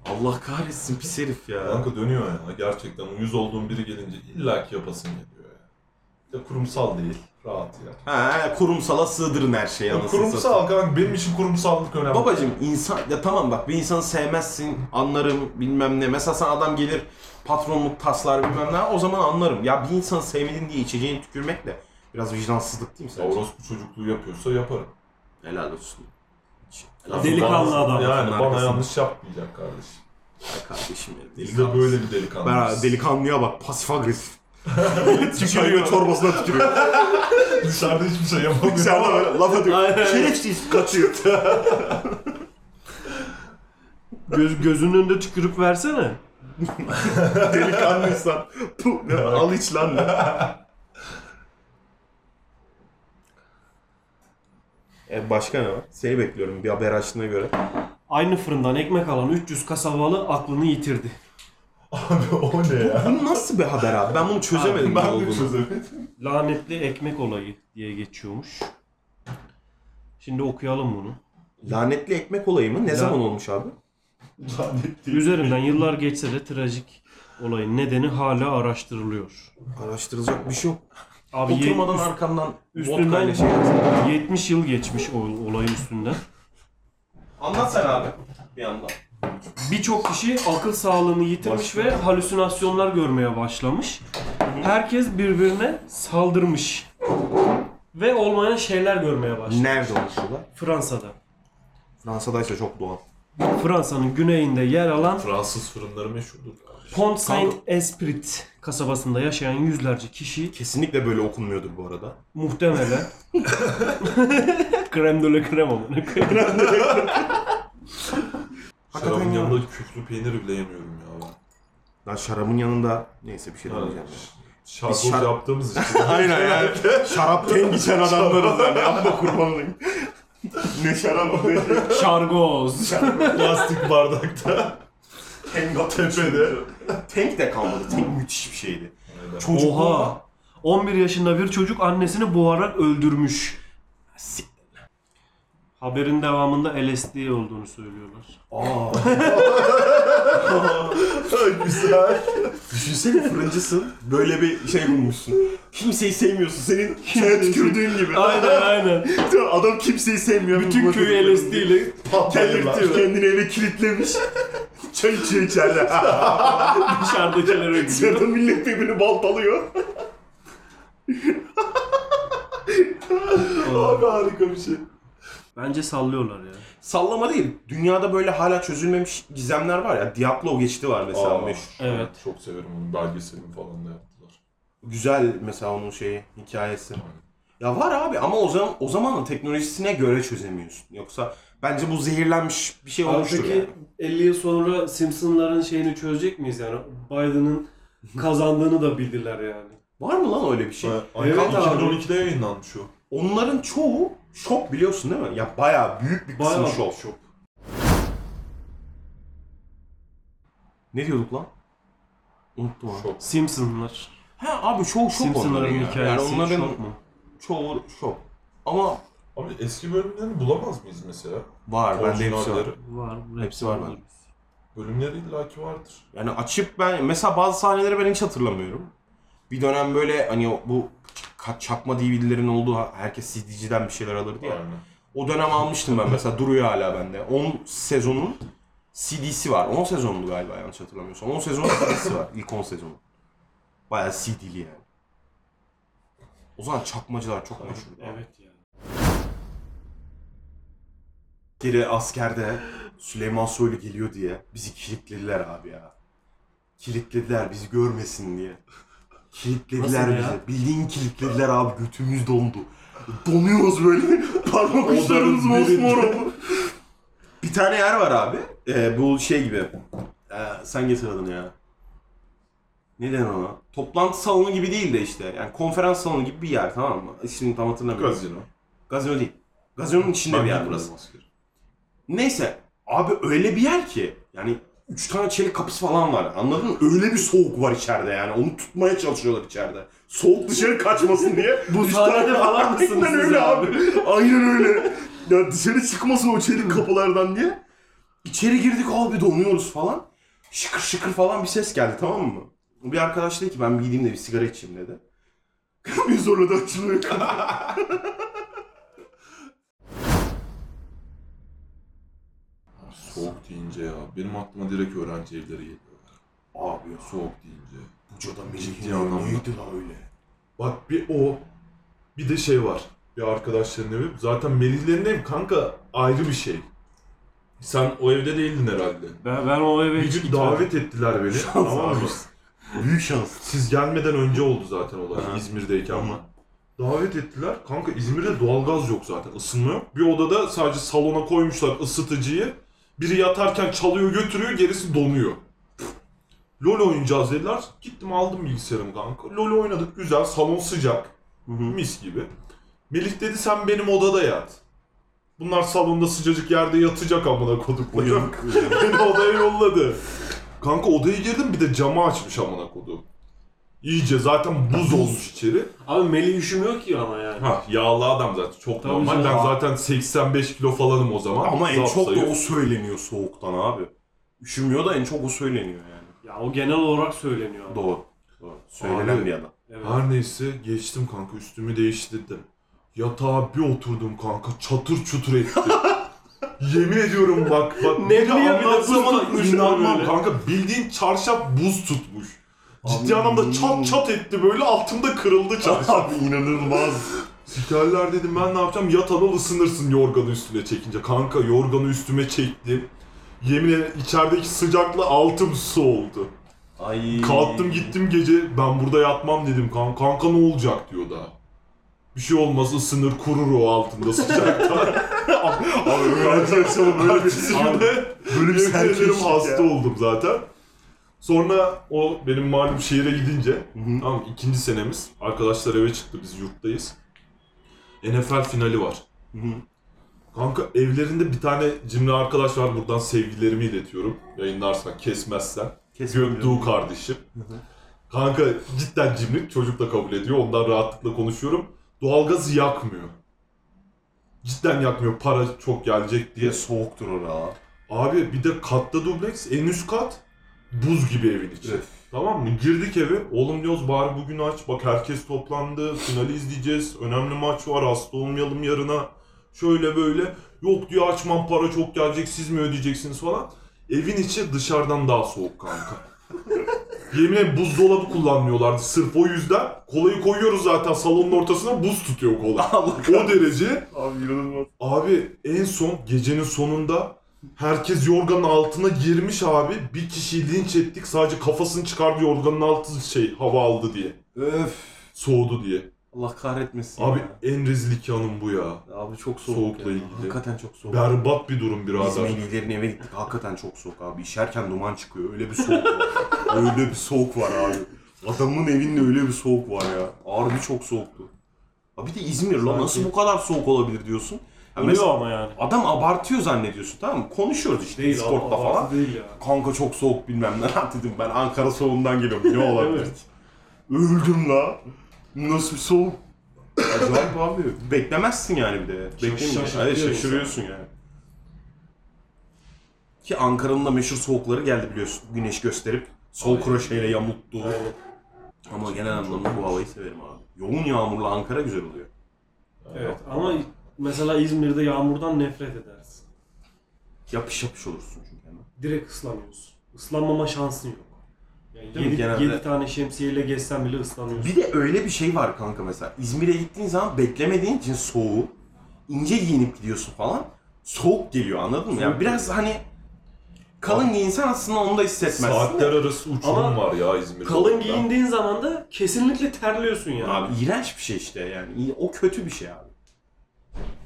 [SPEAKER 1] Allah kahretsin pis herif ya.
[SPEAKER 2] Kanka dönüyor ya. Gerçekten uyuz olduğun biri gelince illaki yapasın geliyor ya. Bir de kurumsal değil. Rahat ya.
[SPEAKER 1] Ha kurumsala sığdırın her şeyi
[SPEAKER 2] ya
[SPEAKER 1] anasını satayım.
[SPEAKER 2] kurumsal kanka benim için kurumsallık önemli.
[SPEAKER 1] Babacım insan ya tamam bak bir insanı sevmezsin anlarım bilmem ne. Mesela sen adam gelir patronluk taslar bilmem ne o zaman anlarım. Ya bir insanı sevmedin diye içeceğini tükürmekle biraz vicdansızlık değil mi
[SPEAKER 2] Ya
[SPEAKER 1] sence?
[SPEAKER 2] orospu çocukluğu yapıyorsa yaparım.
[SPEAKER 1] Helal olsun. Hiç-
[SPEAKER 2] Ya
[SPEAKER 3] Delikanlı
[SPEAKER 2] bana-
[SPEAKER 3] adam.
[SPEAKER 2] Yani bana
[SPEAKER 1] Arkasında.
[SPEAKER 2] yanlış yapmayacak kardeşim.
[SPEAKER 1] Ay kardeşim benim
[SPEAKER 2] Biz de
[SPEAKER 1] delikanlı.
[SPEAKER 2] böyle bir
[SPEAKER 1] Ben
[SPEAKER 2] delikanlıyız.
[SPEAKER 1] delikanlıya bak pasif agresif. Tükürüyor çorbasına *laughs* tükürüyor.
[SPEAKER 2] Dışarıda hiçbir şey yapamıyorum.
[SPEAKER 1] Dışarıda böyle laf
[SPEAKER 3] Aynen.
[SPEAKER 1] atıyor. Şerefsiz kaçıyor.
[SPEAKER 3] Göz, gözünün önünde tükürüp versene.
[SPEAKER 1] Delikanlıysan. Puh, ne, al iç lan. ne. E başka ne var? Seni bekliyorum bir haber açtığına göre.
[SPEAKER 3] Aynı fırından ekmek alan 300 kasabalı aklını yitirdi.
[SPEAKER 2] Abi o ne ya?
[SPEAKER 1] Bu nasıl bir haber abi? Ben bunu çözemedim. ne
[SPEAKER 2] ben de
[SPEAKER 1] olduğunu.
[SPEAKER 2] çözemedim.
[SPEAKER 3] Lanetli ekmek olayı diye geçiyormuş. Şimdi okuyalım bunu.
[SPEAKER 1] Lanetli ekmek olayı mı? Ne
[SPEAKER 3] Ya-
[SPEAKER 1] zaman olmuş abi?
[SPEAKER 2] Zannettiğim.
[SPEAKER 3] Üzerinden yıllar geçse de trajik olayın nedeni hala araştırılıyor.
[SPEAKER 1] Araştırılacak bir şey yok.
[SPEAKER 3] Abi ye-
[SPEAKER 1] Oturmadan
[SPEAKER 3] üst-
[SPEAKER 1] arkamdan vodka
[SPEAKER 3] üstünden
[SPEAKER 1] ile şey yazdı.
[SPEAKER 3] 70 yıl geçmiş o olayın üstünden.
[SPEAKER 1] Anlat sen abi. Bir yandan.
[SPEAKER 3] Birçok kişi akıl sağlığını yitirmiş ve halüsinasyonlar görmeye başlamış. Herkes birbirine saldırmış. Ve olmayan şeyler görmeye başlamış.
[SPEAKER 1] Nerede oluşuyorlar?
[SPEAKER 3] Fransa'da.
[SPEAKER 1] Fransa'daysa çok doğal.
[SPEAKER 3] Fransa'nın güneyinde yer alan
[SPEAKER 2] Fransız fırınları meşhurdur kardeşim.
[SPEAKER 3] Pont Saint Esprit kasabasında yaşayan yüzlerce kişi
[SPEAKER 1] Kesinlikle böyle okunmuyordur bu arada.
[SPEAKER 3] muhtemelen *laughs* krem de la krem amına koyayım.
[SPEAKER 1] Hakikaten
[SPEAKER 2] Şarabın
[SPEAKER 1] ya.
[SPEAKER 2] yanında küflü peynir bile yemiyorum ya ben.
[SPEAKER 1] Lan şarabın yanında neyse bir şey demeyeceğim.
[SPEAKER 2] Şarkı
[SPEAKER 1] Biz şar- *laughs*
[SPEAKER 2] yaptığımız için.
[SPEAKER 1] Aynen yani. Şarap ten içen adamlarız yani. Yapma kurban olayım. ne şarap ne
[SPEAKER 3] Şargoz.
[SPEAKER 2] *laughs*
[SPEAKER 1] *laughs*
[SPEAKER 2] Plastik bardakta.
[SPEAKER 1] Tenk
[SPEAKER 2] Tepede.
[SPEAKER 1] Tank de kalmadı. Tank müthiş bir şeydi.
[SPEAKER 3] Oha. 11 yaşında bir çocuk annesini boğarak öldürmüş. Siktir lan. Haberin devamında LSD olduğunu söylüyorlar.
[SPEAKER 1] Aa.
[SPEAKER 2] Güzel.
[SPEAKER 1] Düşünsene fırıncısın. Böyle bir şey bulmuşsun. Kimseyi sevmiyorsun. Senin sen tükürdüğün gibi.
[SPEAKER 3] Aynen aynen.
[SPEAKER 1] Adam kimseyi sevmiyor.
[SPEAKER 3] Bütün köyü LSD ile
[SPEAKER 1] Delirtiyor. Kendini eve kilitlemiş. Çay içiyor içeride.
[SPEAKER 3] dışarıdakilere gidiyor.
[SPEAKER 1] Sırada millet birbirini baltalıyor.
[SPEAKER 2] Abi harika bir şey.
[SPEAKER 3] Bence sallıyorlar ya.
[SPEAKER 1] Sallama değil. Dünyada böyle hala çözülmemiş gizemler var ya. Diablo geçti var mesela. meşhur.
[SPEAKER 3] Evet.
[SPEAKER 2] Çok severim onun belgeselini falan da yaptılar.
[SPEAKER 1] Güzel mesela onun şeyi, hikayesi. Ya var abi ama o zaman o zamanın teknolojisine göre çözemiyorsun. Yoksa bence bu zehirlenmiş bir şey olmuştur
[SPEAKER 3] Peki
[SPEAKER 1] yani.
[SPEAKER 3] 50 yıl sonra Simpsonların şeyini çözecek miyiz yani? Biden'ın kazandığını da bildiler yani.
[SPEAKER 1] Var mı lan öyle bir şey?
[SPEAKER 2] Evet,
[SPEAKER 3] Evet abi.
[SPEAKER 2] 2012'de yayınlanmış o.
[SPEAKER 1] Onların çoğu Şop biliyorsun değil mi? Ya bayağı büyük bir kısmı
[SPEAKER 3] Bayağı
[SPEAKER 1] şop.
[SPEAKER 2] şop.
[SPEAKER 1] Ne diyorduk lan? Unuttum abi.
[SPEAKER 2] Şop.
[SPEAKER 3] Simpsonlar.
[SPEAKER 1] Ha abi çoğu şop onların
[SPEAKER 3] Simpsonların
[SPEAKER 1] ya.
[SPEAKER 3] hikayesi.
[SPEAKER 1] Yani onların
[SPEAKER 3] şok mu?
[SPEAKER 1] çoğu şop. Ama
[SPEAKER 2] Abi eski bölümlerini bulamaz mıyız mesela?
[SPEAKER 1] var bende hepsi var.
[SPEAKER 2] Orijinalleri.
[SPEAKER 3] Var.
[SPEAKER 1] Hepsi var bende.
[SPEAKER 2] Bölümleri illaki vardır.
[SPEAKER 1] Yani açıp ben mesela bazı sahneleri ben hiç hatırlamıyorum. Bir dönem böyle hani o- bu ka- çakma DVD'lerin olduğu herkes CD'ciden bir şeyler alırdı ya.
[SPEAKER 2] Aynen.
[SPEAKER 1] O dönem almıştım ben mesela duruyor hala bende. 10 sezonun CD'si var. 10 sezondu galiba yanlış hatırlamıyorsam. 10 sezonun CD'si var. İlk 10 sezonu. Bayağı CD'li yani. O zaman çakmacılar çok meşhur.
[SPEAKER 3] Evet ya.
[SPEAKER 1] Geri askerde Süleyman Soylu geliyor diye bizi kilitlediler abi ya. Kilitlediler bizi görmesin diye. Kilitlediler
[SPEAKER 3] Nasıl
[SPEAKER 1] bizi.
[SPEAKER 3] ya?
[SPEAKER 1] Bildiğin kilitlediler abi götümüz dondu. Donuyoruz böyle. *laughs* Parmak uçlarımız mosmor oldu. Bir tane yer var abi. Ee, bu şey gibi. Ee, sen getir adını ya. Ne denir ona? Toplantı salonu gibi değil de işte. Yani konferans salonu gibi bir yer tamam mı? Şimdi tam hatırlamıyorum.
[SPEAKER 2] Gazino.
[SPEAKER 1] Gazino değil. Gazinonun içinde bir yer
[SPEAKER 2] Ben
[SPEAKER 1] burası.
[SPEAKER 2] askeri.
[SPEAKER 1] Neyse abi öyle bir yer ki yani üç tane çelik kapısı falan var. Anladın mı? Öyle bir soğuk var içeride yani. Onu tutmaya çalışıyorlar içeride. Soğuk dışarı kaçmasın diye.
[SPEAKER 3] *laughs* Bu
[SPEAKER 1] Üç
[SPEAKER 3] sahnede
[SPEAKER 1] tane-
[SPEAKER 3] falan
[SPEAKER 1] *laughs*
[SPEAKER 3] mısınız
[SPEAKER 1] Aynen
[SPEAKER 3] siz
[SPEAKER 1] öyle abi.
[SPEAKER 3] abi?
[SPEAKER 1] Aynen öyle. Ya dışarı çıkmasın o çelik kapılardan diye. İçeri girdik abi donuyoruz falan. Şıkır şıkır falan bir ses geldi tamam mı? Bir arkadaş dedi ki ben bir gideyim de bir sigara içeyim dedi. *laughs* bir zorla da
[SPEAKER 3] *laughs*
[SPEAKER 1] açılıyor kapı.
[SPEAKER 2] Soğuk deyince ya. Benim aklıma direkt öğrenci evleri geliyor.
[SPEAKER 1] Abi ya
[SPEAKER 2] Soğuk deyince.
[SPEAKER 1] Buca'da
[SPEAKER 2] Ciddi anlamda.
[SPEAKER 1] neydi lan öyle?
[SPEAKER 2] Bak bir o. Bir de şey var. Bir arkadaşların evi. Zaten Melihlerin evi kanka ayrı bir şey. Sen o evde değildin herhalde.
[SPEAKER 3] Ben, ben o eve
[SPEAKER 2] Bir
[SPEAKER 3] hiç
[SPEAKER 2] gün
[SPEAKER 3] gitmedim.
[SPEAKER 2] davet ettiler
[SPEAKER 3] *laughs*
[SPEAKER 2] beni. Tamam mı?
[SPEAKER 1] Büyük şans.
[SPEAKER 2] Siz gelmeden önce oldu zaten olay.
[SPEAKER 1] Aha.
[SPEAKER 2] İzmir'deyken
[SPEAKER 1] Hı.
[SPEAKER 2] ben. Davet ettiler. Kanka İzmir'de doğalgaz yok zaten. ısınma yok. Bir odada sadece salona koymuşlar ısıtıcıyı. Biri yatarken çalıyor götürüyor gerisi donuyor. LOL oynayacağız dediler. Gittim aldım bilgisayarımı kanka. LOL oynadık güzel. Salon sıcak. Mis gibi. Melih dedi sen benim odada yat. Bunlar salonda sıcacık yerde yatacak amına koduklarım. Beni odaya yolladı. Kanka odaya girdim bir de camı açmış amına kodu. İyice zaten buz olmuş içeri.
[SPEAKER 3] Abi Melih üşümüyor ki ama yani.
[SPEAKER 2] Ha yağlı adam zaten çok
[SPEAKER 3] Tabii
[SPEAKER 2] normal.
[SPEAKER 3] canım.
[SPEAKER 2] Ben zaten 85 kilo falanım o zaman.
[SPEAKER 1] *laughs* Ama en
[SPEAKER 2] Zap
[SPEAKER 1] çok da
[SPEAKER 2] sayı.
[SPEAKER 1] o söyleniyor soğuktan abi. Üşümüyor da en çok o söyleniyor yani.
[SPEAKER 3] Ya o genel olarak söyleniyor. ama.
[SPEAKER 1] Doğru. Doğru. Söylenen
[SPEAKER 2] Abi.
[SPEAKER 1] bir adam.
[SPEAKER 3] Evet.
[SPEAKER 2] Her neyse geçtim kanka üstümü değiştirdim. Yatağa bir oturdum kanka çatır çutur
[SPEAKER 3] *laughs*
[SPEAKER 2] etti. Yemin ediyorum bak bak
[SPEAKER 3] Ne
[SPEAKER 2] biri
[SPEAKER 3] diyor, bir de
[SPEAKER 2] anlatsa
[SPEAKER 3] buz
[SPEAKER 2] bana
[SPEAKER 3] tutmuş
[SPEAKER 2] inanmam
[SPEAKER 3] böyle.
[SPEAKER 2] kanka bildiğin çarşaf buz tutmuş. Ciddi
[SPEAKER 1] Abi.
[SPEAKER 2] anlamda çat çat etti böyle altımda kırıldı
[SPEAKER 1] *laughs*
[SPEAKER 2] çarşaf.
[SPEAKER 3] *laughs*
[SPEAKER 1] Abi inanılmaz.
[SPEAKER 2] Sikerler dedim ben ne yapacağım? Yat al ısınırsın yorganı üstüne çekince. Kanka yorganı üstüme çektim. Yemin ederim içerideki sıcakla altım su oldu.
[SPEAKER 1] Ay.
[SPEAKER 2] Kalktım gittim gece ben burada yatmam dedim kanka. Kanka ne olacak diyor daha. Bir şey olmaz ısınır kurur o
[SPEAKER 1] *laughs*
[SPEAKER 2] altında sıcakta. *laughs*
[SPEAKER 1] Abi öğrenci yaşamı böyle bir
[SPEAKER 2] Abi,
[SPEAKER 1] Böyle bir
[SPEAKER 2] Yemin ederim
[SPEAKER 1] serkeşlik ya.
[SPEAKER 2] hasta oldum zaten. Sonra o benim malum şehire gidince
[SPEAKER 1] Hı hı.
[SPEAKER 2] Tamam ikinci senemiz. Arkadaşlar eve çıktı biz yurttayız. NFL finali var.
[SPEAKER 1] Hı hı.
[SPEAKER 2] Kanka evlerinde bir tane cimri arkadaş var. Buradan sevgilerimi iletiyorum. Yayınlarsan kesmezsen. Göktuğ kardeşim. Kanka cidden cimri. Çocuk da kabul ediyor. Ondan rahatlıkla konuşuyorum. Doğalgazı yakmıyor. Cidden yakmıyor. Para çok gelecek diye.
[SPEAKER 1] diye soğuktur orada.
[SPEAKER 2] Abi bir de katta dubleks. En üst kat buz gibi evin içi. Tamam mı? Girdik eve. Oğlum diyoruz bari bugün aç. Bak herkes toplandı. Finali izleyeceğiz. Önemli maç var. Hasta olmayalım yarına. Şöyle böyle. Yok diyor açmam para çok gelecek. Siz mi ödeyeceksiniz falan. Evin içi dışarıdan daha soğuk kanka. Yemin ederim buzdolabı kullanmıyorlardı. Sırf o yüzden kolayı koyuyoruz zaten salonun ortasına buz tutuyor kola.
[SPEAKER 1] Allah
[SPEAKER 2] O derece
[SPEAKER 1] Abi inanılmaz.
[SPEAKER 2] Abi en son gecenin sonunda herkes yorganın altına girmiş abi. Bir kişiyi linç ettik sadece kafasını çıkardı yorganın altı şey hava aldı diye.
[SPEAKER 1] Öf.
[SPEAKER 2] Soğudu diye.
[SPEAKER 1] Allah kahretmesin
[SPEAKER 2] Abi
[SPEAKER 1] ya.
[SPEAKER 2] en rezil iki anım bu ya.
[SPEAKER 1] Abi çok soğuk.
[SPEAKER 2] Soğukla
[SPEAKER 1] ya.
[SPEAKER 2] ilgili.
[SPEAKER 1] Hakikaten çok soğuk.
[SPEAKER 2] Berbat bir durum
[SPEAKER 1] Biz
[SPEAKER 2] birader.
[SPEAKER 1] Melihlerin eve gittik. Hakikaten çok soğuk abi. İşerken duman çıkıyor. Öyle bir soğuk var. öyle bir soğuk var abi. Adamın evinde öyle bir soğuk var ya. Harbi çok soğuktu. Abi de İzmir lan nasıl bu kadar soğuk olabilir diyorsun. Ya
[SPEAKER 3] Oluyor
[SPEAKER 1] mesela
[SPEAKER 3] ama yani.
[SPEAKER 1] adam abartıyor zannediyorsun tamam mı? Konuşuyoruz işte
[SPEAKER 3] Değil,
[SPEAKER 1] Discord'da
[SPEAKER 3] abartı
[SPEAKER 1] falan.
[SPEAKER 3] Değil ya.
[SPEAKER 1] Kanka çok soğuk bilmem ne *laughs* lan dedim ben Ankara soğuğundan geliyorum ne olabilir?
[SPEAKER 3] Evet.
[SPEAKER 1] Öldüm la. Nasıl bir soğuk? Acayip abi. Beklemezsin yani bir de. Beklemiyorsun.
[SPEAKER 3] şaşırtıyor
[SPEAKER 1] Hayır
[SPEAKER 3] insan.
[SPEAKER 1] şaşırıyorsun yani. Ki Ankara'nın da meşhur soğukları geldi biliyorsun. Güneş gösterip sol kroşeyle yamulttu.
[SPEAKER 3] Aynen.
[SPEAKER 1] Ama genel anlamda bu havayı severim abi. Yoğun yağmurlu Ankara güzel oluyor.
[SPEAKER 3] Evet ama mesela İzmir'de yağmurdan nefret edersin.
[SPEAKER 1] Yapış yapış olursun çünkü hemen.
[SPEAKER 3] Direkt ıslanıyorsun. Islanmama şansın yok. Yani
[SPEAKER 1] Değil mi?
[SPEAKER 3] 7,
[SPEAKER 1] Genelde-
[SPEAKER 3] tane şemsiyeyle gezsen bile ıslanıyorsun.
[SPEAKER 1] Bir de öyle bir şey var kanka mesela. İzmir'e gittiğin zaman beklemediğin için soğuğu ince giyinip gidiyorsun falan. Soğuk geliyor anladın mı? Yani
[SPEAKER 3] Soğuk
[SPEAKER 1] biraz hani kalın giyinsen aslında onu da hissetmezsin. de.
[SPEAKER 2] Saatler arası uçurum
[SPEAKER 3] Ama
[SPEAKER 2] var ya İzmir'de.
[SPEAKER 3] Kalın giyindiğin zaman da kesinlikle terliyorsun yani.
[SPEAKER 1] Abi iğrenç bir şey işte yani. İ- O kötü bir şey abi.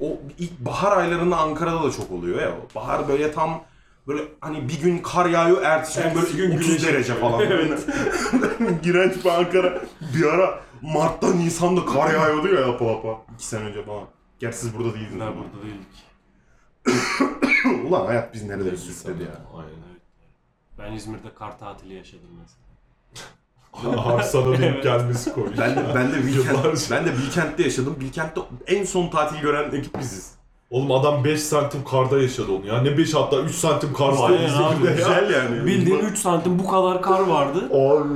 [SPEAKER 1] O ilk bahar aylarında Ankara'da da çok oluyor ya. o. Bahar böyle tam böyle hani bir gün kar yağıyor, ertesi gün böyle
[SPEAKER 3] Ertesi gün
[SPEAKER 1] 30
[SPEAKER 3] güneş
[SPEAKER 1] derece *laughs*
[SPEAKER 3] çıkıyor.
[SPEAKER 1] falan.
[SPEAKER 3] Evet.
[SPEAKER 1] İğrenç bir Ankara. Bir ara Mart'ta Nisan'da kar yağıyordu ya lapa lapa. İki sene önce falan. Gerçi siz burada değildiniz.
[SPEAKER 3] Bunlar burada değildik.
[SPEAKER 1] *laughs* Ulan hayat bizi nerelere sürükledi
[SPEAKER 2] dedi
[SPEAKER 1] ya.
[SPEAKER 2] Aynen.
[SPEAKER 3] Ben İzmir'de kar tatili yaşadım mesela.
[SPEAKER 2] Arsana
[SPEAKER 3] *laughs* Evet.
[SPEAKER 2] denk gelmesi komik.
[SPEAKER 1] Ben de, ben de *laughs* weekend,
[SPEAKER 2] Yıllarca.
[SPEAKER 1] ben de Bilkent'te yaşadım. Bilkent'te en son tatil gören ekip biziz.
[SPEAKER 2] Oğlum adam 5 santim karda yaşadı onu ya. Ne 5 hatta 3 santim kar var
[SPEAKER 3] Aynen abi,
[SPEAKER 2] İzmir'de ya.
[SPEAKER 1] Güzel yani.
[SPEAKER 3] Bildiğin 3 santim bu kadar kar vardı.
[SPEAKER 2] Abi.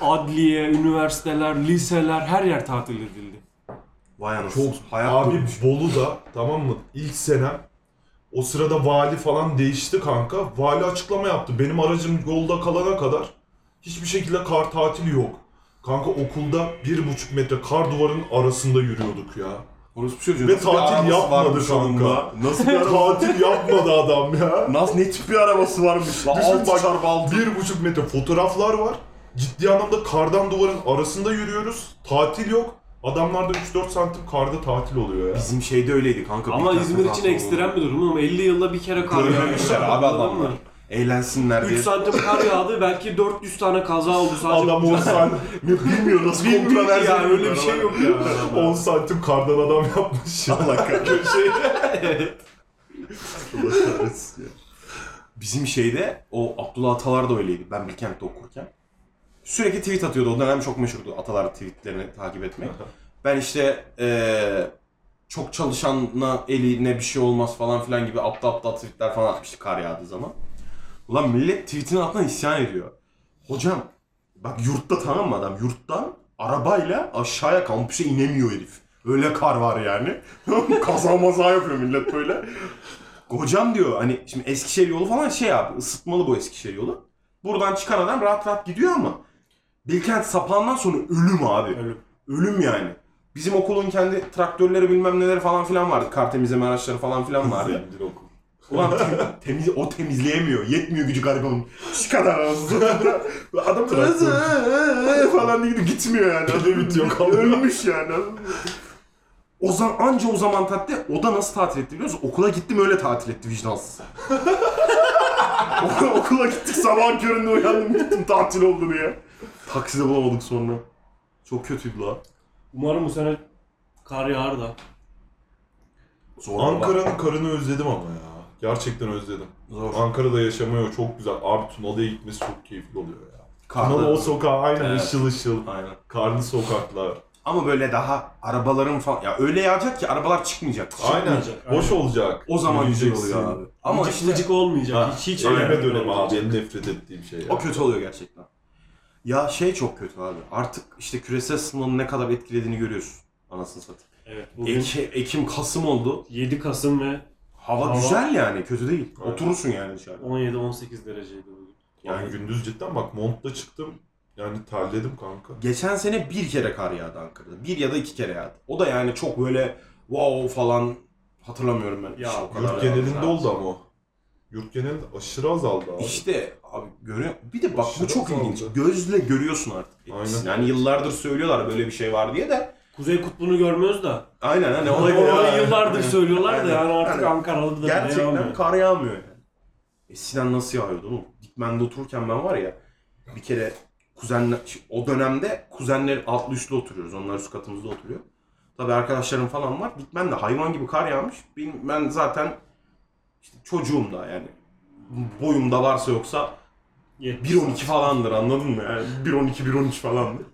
[SPEAKER 3] Adliye, üniversiteler, liseler her yer tatil edildi.
[SPEAKER 1] Vay anasını.
[SPEAKER 2] Çok
[SPEAKER 1] hayat
[SPEAKER 2] abi
[SPEAKER 1] dönmüş.
[SPEAKER 2] Bolu'da tamam mı? İlk senem o sırada vali falan değişti kanka. Vali açıklama yaptı. Benim aracım yolda kalana kadar hiçbir şekilde kar tatili yok. Kanka okulda bir buçuk metre kar duvarının arasında yürüyorduk ya.
[SPEAKER 1] Orospu çocuğu.
[SPEAKER 2] Ve
[SPEAKER 1] nasıl bir
[SPEAKER 2] tatil
[SPEAKER 1] arabası
[SPEAKER 2] yapmadı
[SPEAKER 1] varmış
[SPEAKER 2] kanka.
[SPEAKER 1] onun da? Nasıl *laughs* bir araba?
[SPEAKER 2] Tatil yapmadı adam ya.
[SPEAKER 1] Nasıl ne tip bir arabası varmış? Lan
[SPEAKER 2] Düşün
[SPEAKER 1] alt
[SPEAKER 2] bak,
[SPEAKER 1] çarpı alt.
[SPEAKER 2] Bir buçuk metre fotoğraflar var. Ciddi anlamda kardan duvarın arasında yürüyoruz. Tatil yok. Adamlarda 3-4 santim karda tatil oluyor ya.
[SPEAKER 1] Bizim şeyde öyleydi kanka.
[SPEAKER 3] Ama
[SPEAKER 1] Bilkent'te
[SPEAKER 3] İzmir için
[SPEAKER 1] zaten
[SPEAKER 3] ekstrem bir durum oğlum. 50 yılda bir kere kar
[SPEAKER 1] Görmemişler abi adamlar. Eğlensinler diye.
[SPEAKER 3] 3 santim kar yağdı belki 400 tane kaza oldu sadece.
[SPEAKER 2] Adam 10 santim,
[SPEAKER 1] Bilmiyor nasıl
[SPEAKER 3] Bilmiyorum
[SPEAKER 1] kontroversi.
[SPEAKER 3] ya öyle bir şey yok ya.
[SPEAKER 2] 10 santim kardan adam yapmış ya.
[SPEAKER 1] Allah kahretsin.
[SPEAKER 2] Şey,
[SPEAKER 1] Allah kahretsin ya. Bizim şeyde o Abdullah Atalar da öyleydi. Ben Bilkent'te okurken. Sürekli tweet atıyordu. O dönem çok meşhurdu Atalar tweetlerini takip etmek. Ben işte eee, çok çalışana eline bir şey olmaz falan filan gibi aptal aptal tweetler falan atmıştı kar yağdığı zaman. Ulan millet tweetin altına isyan ediyor. Hocam bak yurtta tamam mı adam yurttan arabayla aşağıya kampüse inemiyor herif. Öyle kar var yani. *laughs* Kaza maza yapıyor millet böyle. Hocam diyor hani şimdi Eskişehir yolu falan şey abi ısıtmalı bu Eskişehir yolu. Buradan çıkan adam rahat rahat gidiyor ama Bilkent saplandan sonra ölüm abi.
[SPEAKER 3] Ölüm.
[SPEAKER 1] Ölüm yani. Bizim okulun kendi traktörleri bilmem neleri falan filan vardı. Kar temizleme araçları falan filan vardı.
[SPEAKER 2] Zendir okul.
[SPEAKER 1] Ulan tem- temiz, o temizleyemiyor. Yetmiyor gücü garibanın. Şu kadar arasında. Adam "Ee, böyle falan diye gitmiyor yani.
[SPEAKER 2] Tadı bitiyor kalıyor.
[SPEAKER 1] Ölmüş yani. O zaman anca o zaman tatil. O da nasıl tatil etti biliyor musun? Okula gittim öyle tatil etti vicdansız. *laughs* Okula- Okula gittik sabah köründe uyandım gittim tatil oldu diye. Takside bulamadık sonra. Çok kötüydü la.
[SPEAKER 3] Umarım bu sene kar yağar da.
[SPEAKER 1] Zor
[SPEAKER 2] Ankara'nın karını özledim ama ya. Gerçekten özledim.
[SPEAKER 1] Zor.
[SPEAKER 2] Ankara'da yaşamaya çok güzel. Abi Tunalı'ya gitmesi çok keyifli oluyor ya.
[SPEAKER 1] Karlı.
[SPEAKER 2] Tunalı o sokağı aynen
[SPEAKER 1] Evet.
[SPEAKER 2] ışıl ışıl.
[SPEAKER 1] Aynen.
[SPEAKER 2] Karlı sokaklar.
[SPEAKER 1] Ama böyle daha arabaların falan... Ya öyle yağacak ki arabalar çıkmayacak.
[SPEAKER 2] Aynen.
[SPEAKER 3] Çıkmayacak,
[SPEAKER 2] Boş olacak.
[SPEAKER 1] şey O zaman güzel
[SPEAKER 2] Yürüyeceksin.
[SPEAKER 1] oluyor abi. Ama
[SPEAKER 3] Mıcık
[SPEAKER 1] işte
[SPEAKER 3] mıcık olmayacak.
[SPEAKER 2] Ha,
[SPEAKER 3] hiç hiç
[SPEAKER 1] öyle
[SPEAKER 2] Evime
[SPEAKER 3] öyle
[SPEAKER 2] dönem abi.
[SPEAKER 3] olmayacak.
[SPEAKER 2] En nefret ettiğim şey ya.
[SPEAKER 1] o kötü oluyor gerçekten. Ya şey çok kötü abi. Artık işte küresel ısınmanın ne kadar etkilediğini görüyorsun. Anasını satayım.
[SPEAKER 3] Evet bugün
[SPEAKER 1] Eke- Ekim, Kasım oldu.
[SPEAKER 3] 7 Kasım ve
[SPEAKER 1] Hava,
[SPEAKER 3] Hava-
[SPEAKER 1] güzel yani. Kötü değil.
[SPEAKER 2] Evet.
[SPEAKER 1] Oturursun yani dışarıda.
[SPEAKER 3] 17-18 dereceydi bugün.
[SPEAKER 2] Yani
[SPEAKER 1] Yani-
[SPEAKER 2] gündüz cidden bak montla çıktım. Yani terledim kanka.
[SPEAKER 1] Geçen sene bir kere kar yağdı Ankara'da. Bir ya da iki kere yağdı. O da yani çok böyle wow falan hatırlamıyorum ben.
[SPEAKER 3] Ya,
[SPEAKER 1] İşte o kadar
[SPEAKER 2] Yurt
[SPEAKER 1] yağdı.
[SPEAKER 2] genelinde oldu ama o. Yurt genelinde aşırı azaldı abi.
[SPEAKER 1] İşte abi görüyor. Bir de bak bu
[SPEAKER 2] Aşırı
[SPEAKER 1] çok
[SPEAKER 2] azaldı.
[SPEAKER 1] ilginç. Gözle görüyorsun artık. etkisini.
[SPEAKER 2] Aynen.
[SPEAKER 1] Yani yıllardır söylüyorlar böyle bir şey var diye de.
[SPEAKER 3] Kuzey Kutbu'nu görmüyoruz da.
[SPEAKER 1] Aynen hani
[SPEAKER 3] Onu
[SPEAKER 1] olay bu ya.
[SPEAKER 3] yıllardır söylüyorlar da
[SPEAKER 1] Aynen.
[SPEAKER 3] yani artık
[SPEAKER 1] Aynen.
[SPEAKER 3] Ankaralı da
[SPEAKER 1] Gerçekten
[SPEAKER 3] dayanamıyor.
[SPEAKER 1] kar yağmıyor yani. Eskiden nasıl yağıyordu oğlum? Dikmen'de otururken ben var ya bir kere kuzenler, o dönemde kuzenler altlı üstlü oturuyoruz. Onlar üst katımızda oturuyor. Tabii arkadaşlarım falan var. Gitmem de hayvan gibi kar yağmış. Benim, ben zaten işte çocuğum da yani boyumda varsa yoksa 1.12 falandır anladın mı? Yani 1.12 1.13 falandır.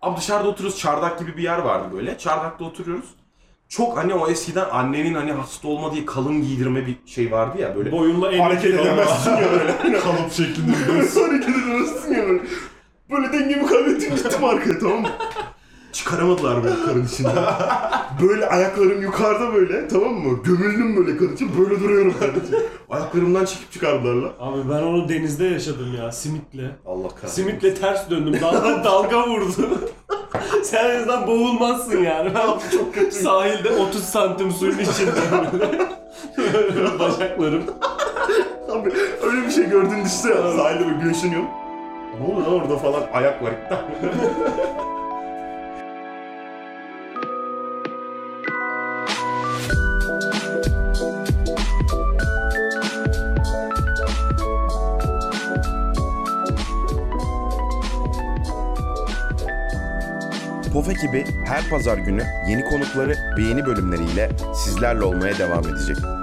[SPEAKER 1] Abi dışarıda oturuyoruz. Çardak gibi bir yer vardı böyle. Çardakta oturuyoruz. Çok hani o eskiden annenin hani hasta olma diye kalın giydirme bir şey vardı ya böyle.
[SPEAKER 3] Boyunla en
[SPEAKER 1] hareket edemezsin ya böyle. *laughs*
[SPEAKER 2] Kalıp şeklinde
[SPEAKER 1] Nasıl hareket edemezsin ya böyle. Böyle dengemi kaybettim gittim arkaya tamam mı? Çıkaramadılar beni karın içinden. *laughs* Böyle ayaklarım yukarıda böyle tamam mı? Gömüldüm böyle karın için böyle duruyorum karın için. Ayaklarımdan çekip çıkardılar lan.
[SPEAKER 3] Abi ben onu denizde yaşadım ya simitle.
[SPEAKER 1] Allah kahretsin.
[SPEAKER 3] Simitle ters döndüm. Dalga, *laughs* dalga vurdu. *laughs* Sen en azından boğulmazsın yani. Ben çok kötü. Sahilde 30 santim suyun *laughs* içinde. böyle. Bacaklarım.
[SPEAKER 1] Abi öyle bir şey gördün düşse ya sahilde böyle güneşleniyor. Ne oluyor lan orada falan ayak var iptal. *laughs* Pof ekibi her pazar günü yeni konukları ve yeni bölümleriyle sizlerle olmaya devam edecek.